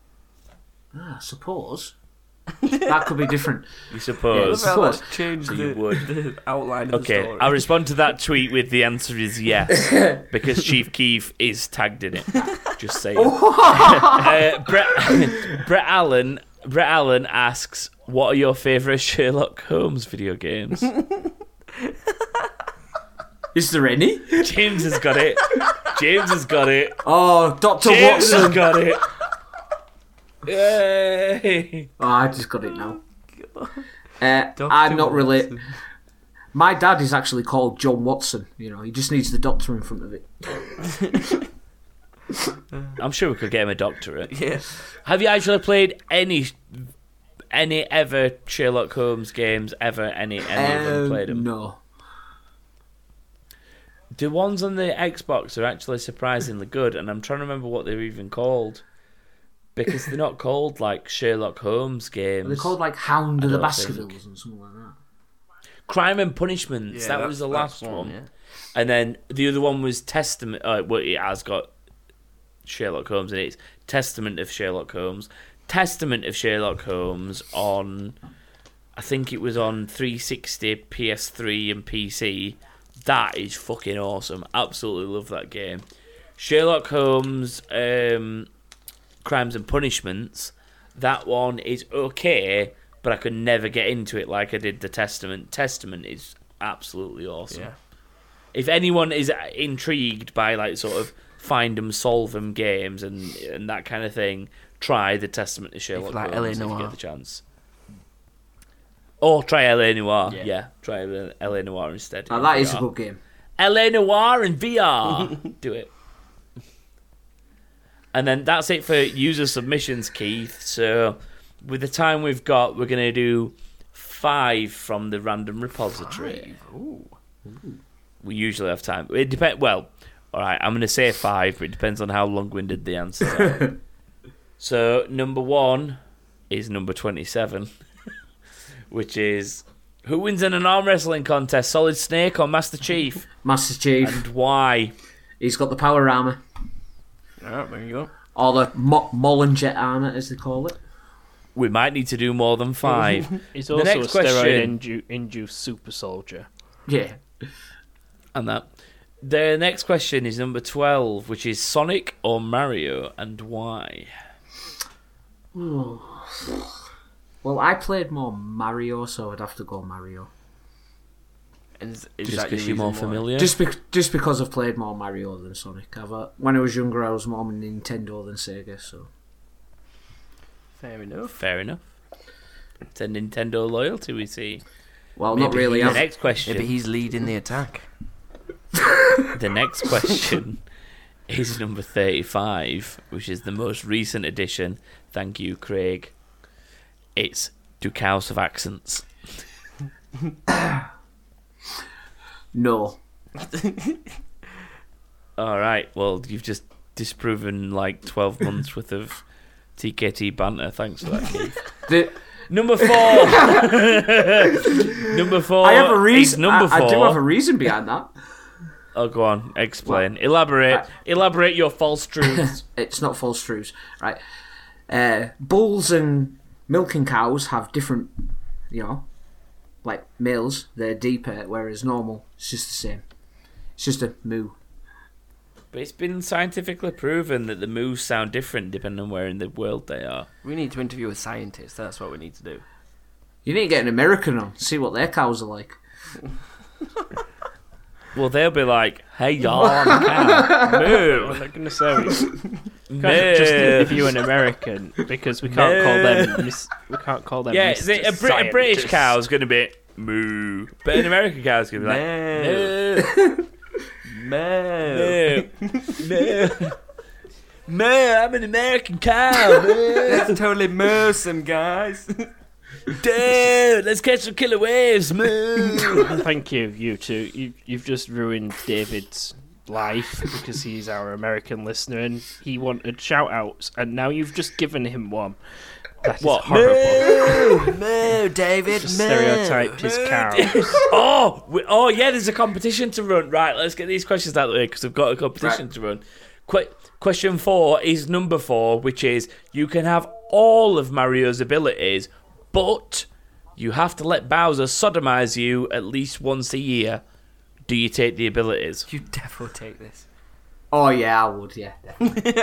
E: ah, I suppose that could be different.
A: You suppose.
E: Yeah,
D: Well, let's
E: Cool.
D: change
A: So
D: the,
A: you would.
D: the outline of the
A: Okay,
D: story.
A: I'll respond to that tweet with the answer is yes, because Chief Keef is tagged in it. Just saying. uh, Brett, [LAUGHS] Brett Allen, Brett Allen asks, "What are your favourite Sherlock Holmes video games?"
E: Is there any?
A: James has got it. James has got it.
E: Oh, Doctor
A: James has
E: Watson.
A: got it. Yay!
E: Oh, I just got it now. Uh,
D: Dr.
E: I'm not related.
D: Watson.
E: My dad is actually called John Watson. You know, he just needs the doctor in front of it.
A: I'm sure we could get him a doctorate.
D: [LAUGHS] Yeah.
A: Have you actually played any any ever Sherlock Holmes games ever? Any any of them
E: Um,
A: played them?
E: No.
A: The ones on the Xbox are actually surprisingly good, and I'm trying to remember what they're even called because they're not called like Sherlock Holmes games.
E: Are they called like Hound of the
A: don't
E: Baskervilles and something like that?
A: Crime and Punishments. that
D: Yeah, that's-
A: was the
D: that's
A: last one,
D: yeah.
A: and then the other one was Testament. Uh, well, it has got Sherlock Holmes in it. It's Testament of Sherlock Holmes. Testament of Sherlock Holmes on, I think it was on 360, PS3, and PC. That is fucking awesome. Absolutely love that game. Sherlock Holmes, um, Crimes and Punishments. That one is okay, but I could never get into it like I did the Testament. Testament is absolutely awesome
D: Yeah.
A: if anyone is intrigued by like sort of find 'em, solve 'em games and and that kind of thing, try the Testament of Sherlock
D: like
A: Holmes if
D: LA
A: you
D: Noire.
A: get the chance. Or Oh, try LA Noir. Yeah.
D: Yeah.
A: try LA LA Noir instead.
E: Now,
A: in
E: that is a
A: VR.
E: good game.
A: LA Noir and VR. Do it. And then that's it for user submissions, Keith. So, with the time we've got, we're going to do five from the random repository.
D: Ooh.
A: We usually have time. It depend. Well, all right. I'm going to say five, but it depends on how long-winded the answers are. so number one is number twenty-seven, [LAUGHS] which is who wins in an arm wrestling contest: Solid Snake or Master Chief,
E: Master Chief,
A: and why?
E: he's got the power armor
D: All
A: Oh,
D: right, there you go.
E: or the mo- Mollenjet armor, as they call it.
A: We might need to do more than
C: [LAUGHS]
A: five.
C: It's
A: The
C: also
A: next
C: a
A: question-
C: steroid indu- induced
A: [LAUGHS]
C: super soldier.
E: Yeah.
A: and that. The next question is number twelve, which is Sonic or Mario, and why?
E: Well, I played more Mario, so I'd have to go Mario.
D: And is, is
A: Just
D: that your
A: because you're more
D: reason why?
A: familiar.
E: Just bec just because I've played more Mario than Sonic. I've, uh, when I was younger, I was more Nintendo than Sega. So
D: Fair enough.
A: Fair enough. It's a Nintendo loyalty we see.
E: well, not
D: Maybe
E: really.
A: The
D: Yeah.
E: I've,
A: next question.
D: Maybe he's leading the attack.
A: The next question [LAUGHS] is number 35, which is the most recent edition. Thank you, Craig. It's Ducaus of Accents.
E: no.
A: All right, well, you've just disproven like 12 months worth of TKT banter. Thanks for that, Keith.
E: The,
A: Number four. [LAUGHS] number four.
E: I have a
A: Is
E: reason.
A: number
E: I,
A: four.
E: I do have a reason behind that.
A: Oh, go on. Explain. elaborate.
E: I-
A: Elaborate your false truths. [LAUGHS]
E: it's not false truths, right? Uh, bulls and milking cows have different, you know, like males. They're deeper, whereas normal it's just the same. It's just a moo.
A: but it's been scientifically proven that the moves sound different depending on where in the world they are.
D: We need to interview a scientist. That's what we need to do.
E: You need to get an American on, see what their cows are like.
A: Well, they'll be like, "Hey, y'all, I'm a
C: [LAUGHS]
E: [LAUGHS]
A: cow.
C: I
A: moo,
C: was gonna say we can't just
A: moo."
C: interview an American because we can't call them mis- we can't call them.
A: Yeah,
C: Mr.
A: the, a, Brit- a British
C: Scientist.
A: cow is going to be moo. But in American cows can be like
D: Moo.
A: moo,
D: Moo.
A: moo, moo, moo. I'm an American cow. moo.
D: Let's totally moo some guys.
A: Dude, let's catch some killer waves. Moo.
C: Thank you, you two. You, you've just ruined David's life because he's our American listener and he wanted shout outs, and now you've just given him one. That is
A: What?
C: horrible.
D: Moo, moo, David.
C: Just
D: moo.
C: stereotyped his cows.
A: oh, we, oh yeah. There's a competition to run. Right, let's get these questions out of the way because we've got a competition
E: Right.
A: to run. Qu- question four is number four, which is you can have all of Mario's abilities, but you have to let Bowser sodomize you at least once a year. Do you take the abilities?
D: You devil take this.
E: Oh yeah, I would. Yeah, definitely.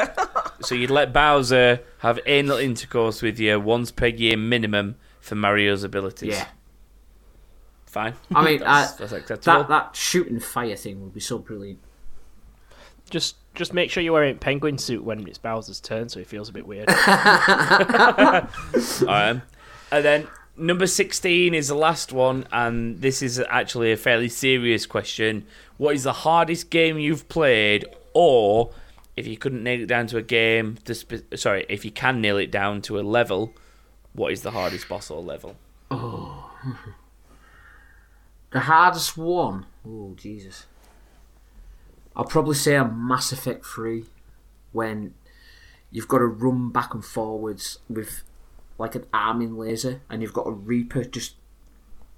A: So you'd let Bowser have anal intercourse with you once per year minimum for Mario's abilities.
E: yeah.
A: Fine.
E: I mean,
A: that's,
E: I-
A: that's acceptable.
E: That that shooting fire thing would be so brilliant.
C: Just just make sure you're wearing penguin suit when it's Bowser's turn so he feels a bit weird.
A: Um, and then number 16 is the last one, and this is actually a fairly serious question. What is the hardest game you've played, or if you couldn't nail it down to a game, the spe- sorry, if you can nail it down to a level, what is the hardest boss or level?
E: The hardest one. Oh Jesus. I'll probably say a Mass Effect three, when you've got to run back and forwards with like an arming laser, and you've got a Reaper just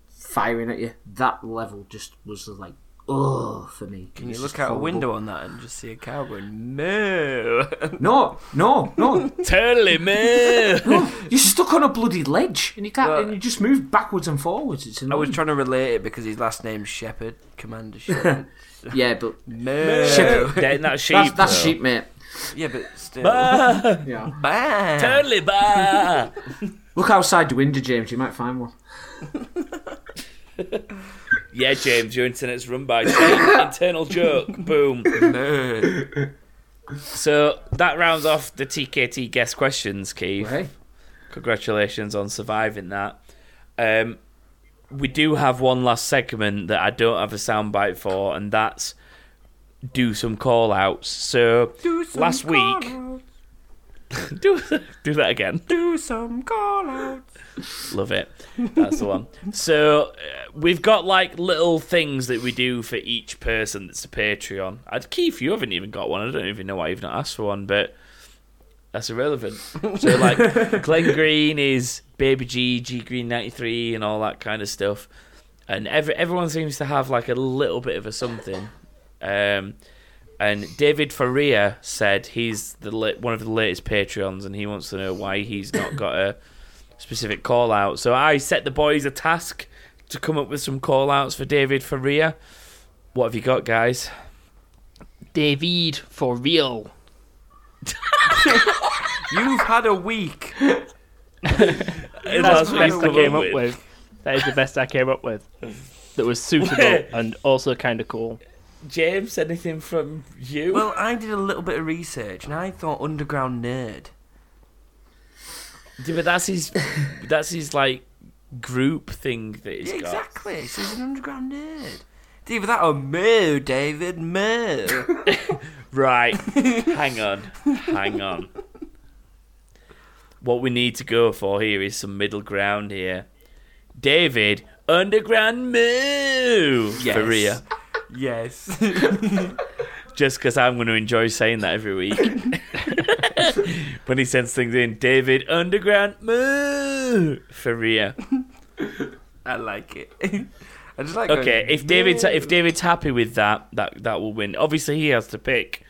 E: firing at you. That level just was like, oh, for me.
D: Can you look out a window on that and just see a cow going moo?
E: No, no, no. [LAUGHS]
A: Totally, [LAUGHS] man.
E: You're stuck on a bloody ledge, and you can't.
D: Well-
E: and you just move backwards and forwards. It's
D: [LAUGHS] I was
E: annoying.
D: trying to relate it because his last name's Shepherd,
A: [LAUGHS]
D: Commander Shepherd.
E: yeah, but
D: moo.
E: Shepherd.
A: Then that sheep.
E: that's, that's
A: though.
E: sheep, mate.
D: Yeah, but
A: [LAUGHS]
D: still.
A: Bah,
E: Yeah.
D: Bah.
A: totally, bah.
E: Look outside the window, James. You might find one.
A: Yeah, James, your internet's run by sheep. Internal joke. Boom.
D: Moo.
A: So that rounds off the TKT guest questions, Keith.
E: Hey,
A: Congratulations on surviving that. Um, we do have one last segment that I don't have a soundbite for, and that's do some call outs. So
D: Do some
A: Last week-
D: call-outs.
A: [LAUGHS] do, do that again.
D: Do some call outs.
A: Love it. That's the one. So uh, we've got like little things that we do for each person that's a Patreon. I'd Keith, you haven't even got one. I don't even know why you've not asked for one, but that's irrelevant. So like Glenn Green is Baby G, G Green ninety three, and all that kind of stuff. And every everyone seems to have like a little bit of a something. Um, and David Faria said he's the la- one of the latest Patreons, and he wants to know why he's not got a specific call out. So I set the boys a task to come up with some call outs for David Faria. What have you got, guys?
C: David, for real.
D: You've had a week.
C: That's the
D: what
C: best
D: you
C: I
D: come
C: came up with. That is the best I came up with. That was suitable and also kind of cool.
A: James, anything from you?
D: Well, I did a little bit of research and I thought underground nerd.
A: yeah, but that's his, that's his like group thing that he's
D: Yeah,
A: got.
D: exactly. So he's an underground nerd. It's either that or moo,
A: [LAUGHS]
D: David, moo.
A: Right. hang on. Hang on. What we need to go for here is some middle ground here. David, underground moo
D: Yes.
A: Faria.
D: yes. [LAUGHS]
A: just because I'm going to enjoy saying that every week. when he sends things in, David Underground Moo for Rhea.
D: I like it. [LAUGHS] I just like
A: Okay,
D: going,
A: if David's
D: "Moo."
A: if David's happy with that, that that will win. Obviously, he has to pick.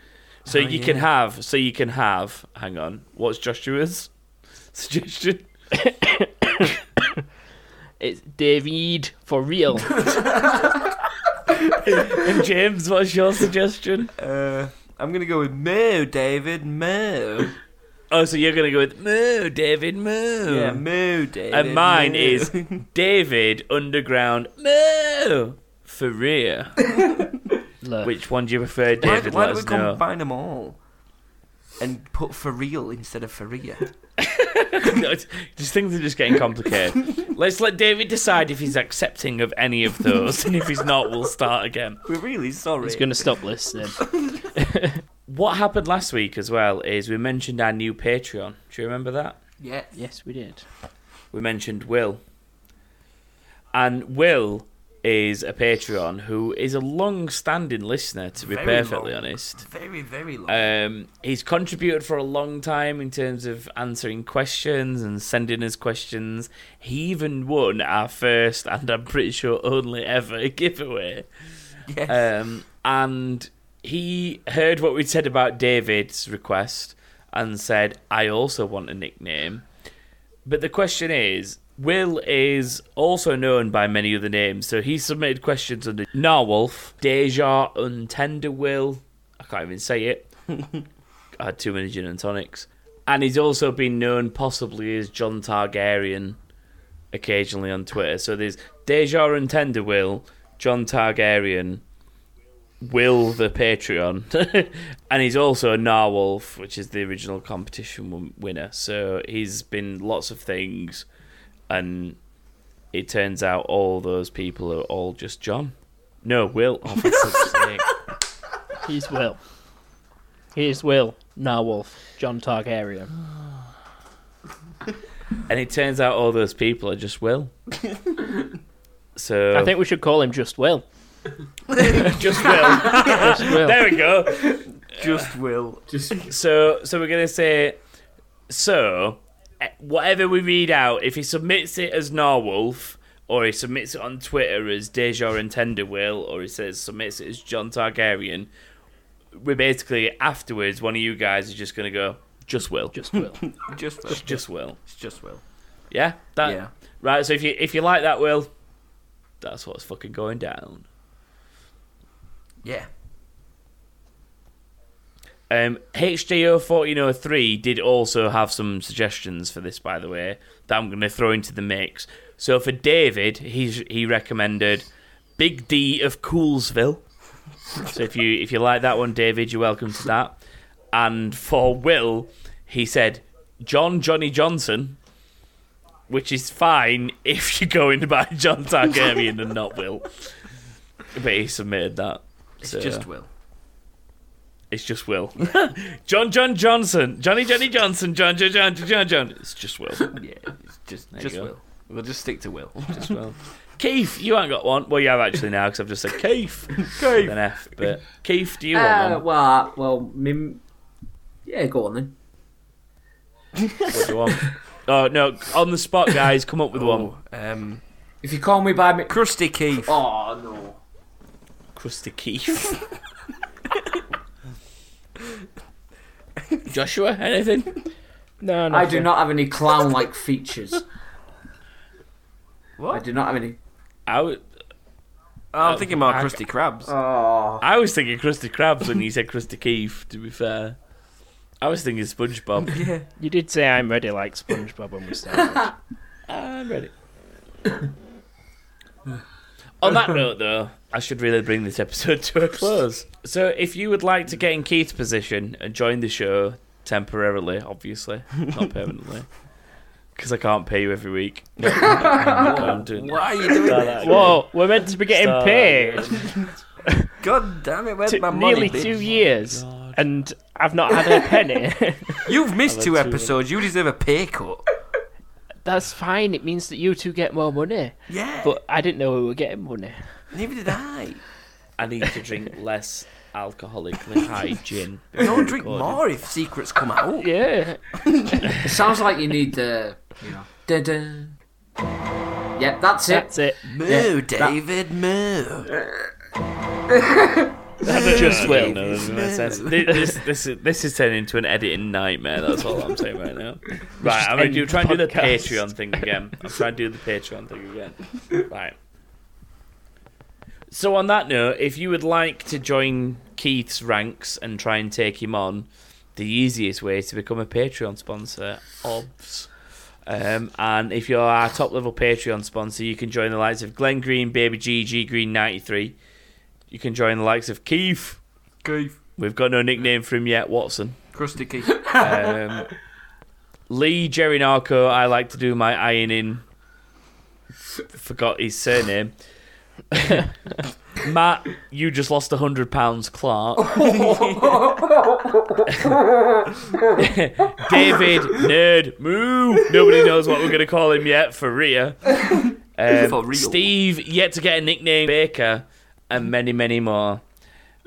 A: So
D: Oh,
A: you
D: yeah.
A: can have. So you can have. Hang on. What's Joshua's [LAUGHS] suggestion?
C: It's David, for real.
A: And James, what's your suggestion?
D: Uh, I'm gonna go with moo, David, moo.
A: Oh, so you're gonna go with Moo, David Moo.
D: Yeah, moo, David.
A: and mine
D: moo. [LAUGHS]
A: is David Underground Moo for Rhea.
C: Look,
A: Which one do you prefer,
D: Why,
A: David?
D: why
A: Let
D: do we
A: us know.
D: combine them all? and put for real instead of
A: [LAUGHS]
D: for real.
A: no, it's, just things are just getting
D: [LAUGHS]
A: complicated. Let's let David decide if he's accepting of any of those, and if he's not, we'll start again.
D: We're really sorry.
C: He's going to stop listening.
A: What happened last week as well is we mentioned our new Patreon. Do you remember that?
D: Yeah.
C: yes, we did.
A: we mentioned Will. And Will is a Patreon who is a long standing listener, to be
D: Very
A: perfectly
D: long.
A: honest.
D: Very, very long.
A: Um, he's contributed for a long time in terms of answering questions and sending us questions. He even won our first and I'm pretty sure only ever [LAUGHS] giveaway.
D: yes.
A: Um, and he heard what we'd said about David's request and said, I also want a nickname. But the question is Will is also known by many other names, so he submitted questions under Narwolf, Deja Untender Will. I can't even say it. I had too many gin and tonics. And he's also been known possibly as John Targaryen occasionally on Twitter. So there's Deja and Tender Will, John Targaryen, Will the Patreon, [LAUGHS] and he's also a Narwolf, which is the original competition win- winner. So he's been lots of things, and it turns out all those people are all just John. No, Will. Oh, for fuck's sake.
C: Here's Will. Here's Will. Narwhal. John Targaryen.
A: And it turns out all those people are just Will. So
C: I think we should call him just Will.
A: [LAUGHS] just Will.
D: [LAUGHS]
C: Just Will.
A: There we go.
D: Just will.
E: Just
A: So, so we're gonna say, so eh, whatever we read out, if he submits it as Narwolf, or he submits it on Twitter as Deja and Tenderwill, or he says submits it as John Targaryen, we're basically afterwards one of you guys is just gonna go just Will, just
C: Just Will.
D: Just will.
A: just Will,
D: It's just will.
A: yeah, that
D: Yeah.
A: right. So if you if you like that, Will, that's what's fucking going down.
D: Yeah.
A: Um, HJO1403 did also have some suggestions for this, by the way, that I'm going to throw into the mix. So for David, he's, he recommended Big D of Coolsville. So if you if you like that one, David, you're welcome to that. And for Will, he said John Johnny Johnson, which is fine [LAUGHS] if you're going by John Targaryen and not Will. But he submitted that.
D: It's
A: So- uh,
D: just will.
A: it's just Will. [LAUGHS] John John Johnson. Johnny Johnny Johnson. John John John John John. It's just Will.
D: [LAUGHS] Yeah. It's just
A: There you
D: just
A: go.
D: will. We'll just stick to will.
A: [LAUGHS] Just Will. Keith, you haven't got one. Well, you have actually now because I've just said
D: [LAUGHS]
A: Keith. Keith. An F, but Keith, do you want
E: uh,
A: one?
E: well, uh, well, mim. Yeah, go on then.
A: What do you want? Oh no! On the spot, guys, come up with one.
D: Oh, um,
E: If you call me by me.
D: Krusty Keith.
E: Oh no.
A: Crusty Keith.
D: [LAUGHS]
A: Joshua, anything?
C: No, no.
E: I do not have any clown-like features. I
D: What?
E: do not have any.
A: I, w-
D: Oh, I'm thinking more
A: I-
D: Krusty Krabs.
E: Oh.
A: I was thinking Crusty Krabs when you said Crusty Keith. To be fair, I was thinking SpongeBob.
D: yeah.
C: You did say I'm ready like SpongeBob when we
D: [LAUGHS]
C: started.
A: I'm ready. [COUGHS] On that note, though, I should really bring this episode to a close. So, if you would like to get in Keith's position and join the show temporarily, obviously, [LAUGHS] not permanently, because I can't pay you every week. I'm doing
D: Why are you doing
A: Start
D: this?
A: that.
C: Whoa, we're meant to be getting
A: Start.
C: paid.
D: God damn it, where's
C: Took
D: my money?
C: nearly
D: bitch? Oh
C: two years, and I've not had a penny. [LAUGHS]
D: You've missed two
A: two of
D: episodes. You deserve a pay cut.
C: That's fine. It means that you two get more money.
D: Yeah.
C: But I didn't know we were getting money.
D: neither did I.
A: I need to drink less alcoholically high gin.
D: Don't drink
A: Recorded.
D: more if secrets come out.
C: Yeah.
E: It sounds like you need the. You know. Dun, dun. Yep, that's it.
C: That's it.
D: Moo,
E: that-
D: David, moo.
C: That's just
A: Well,
C: Will.
A: no, that doesn't make sense. Thi- This, this, is- this is turning into an editing nightmare. That's all I'm saying right now. Right, I'm gonna
C: end
A: do, try and do the
C: podcast.
A: Patreon thing again. [LAUGHS] I'm trying to do the Patreon thing again. Right. So on that note, if you would like to join Keith's ranks and try and take him on, the easiest way is to become a Patreon sponsor. Obs. Um, and if you're our top level Patreon sponsor, you can join the likes of Glenn Green, Baby GG Green 93. You can join the likes of Keith,
D: Keith.
A: We've got no nickname for him yet, Watson.
D: Krusty Key.
A: Um, Lee Jerinarco, I like to do my ironing. Forgot his surname. [LAUGHS] Matt, you just lost a hundred pounds, Clark. [LAUGHS] David, nerd, moo. Nobody knows what we're gonna call him yet for Rhea. Um,
D: For real.
A: Steve, yet to get a nickname, Baker, and many, many more.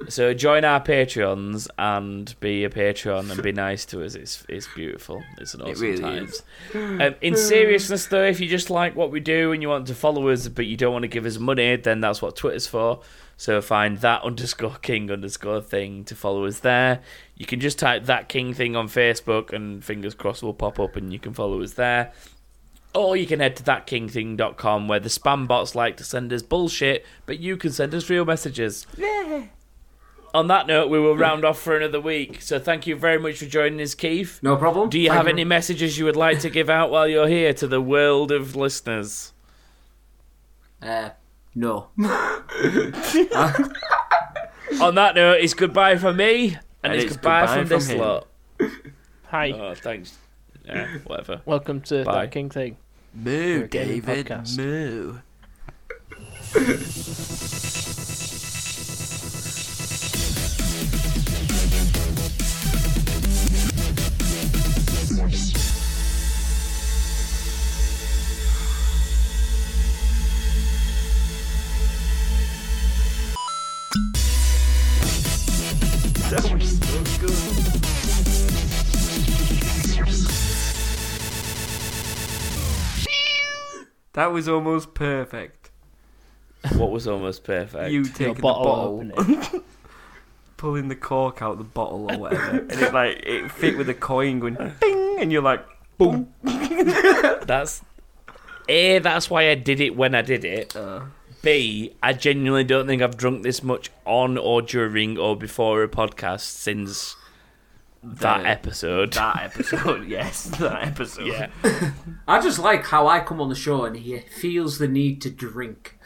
A: So join our Patreons and be a Patreon and be nice to us. It's it's beautiful. It's an awesome
D: really
A: times.
D: is.
A: Um, in seriousness, though, if you just like what we do and you want to follow us, but you don't want to give us money, then that's what Twitter's for. So find that underscore king underscore thing to follow us there. You can just type that king thing on Facebook, and fingers crossed will pop up, and you can follow us there. Or you can head to thatkingthing.com where the spam bots like to send us bullshit, but you can send us real messages. On that note, we will round off for another week. So thank you very much for joining us, Keith.
E: No problem.
A: Do you
E: Thank
A: have any messages you would like to give out while you're here to the world of listeners?
E: Uh, no.
A: On that note, it's goodbye from me, and,
D: And
A: it's,
D: it's
A: goodbye,
D: goodbye
A: from,
D: from
A: this
D: him.
A: lot.
C: Hi,
D: Uh,
A: Oh, thanks.
D: [LAUGHS]
A: Yeah, whatever.
C: welcome to
A: bye.
C: that King thing.
D: [LAUGHS] Moo,
C: gaming
D: David.
C: podcast.
D: Moo. That was almost perfect.
A: What was almost perfect?
D: You taking
C: Your
D: the
C: bottle,
D: bottle,
C: opening.
D: pulling the cork out the bottle or [LAUGHS] whatever, and it like it fit with a coin going ding, and you're like boom.
A: That's A, that's why I did it when I did it.
D: Uh,
A: B, I genuinely don't think I've drunk this much on or during or before a podcast since that
D: The-
A: episode.
D: that episode, [LAUGHS] yes, that episode.
A: yeah.
E: I just like how I come on the show and he feels the need to drink.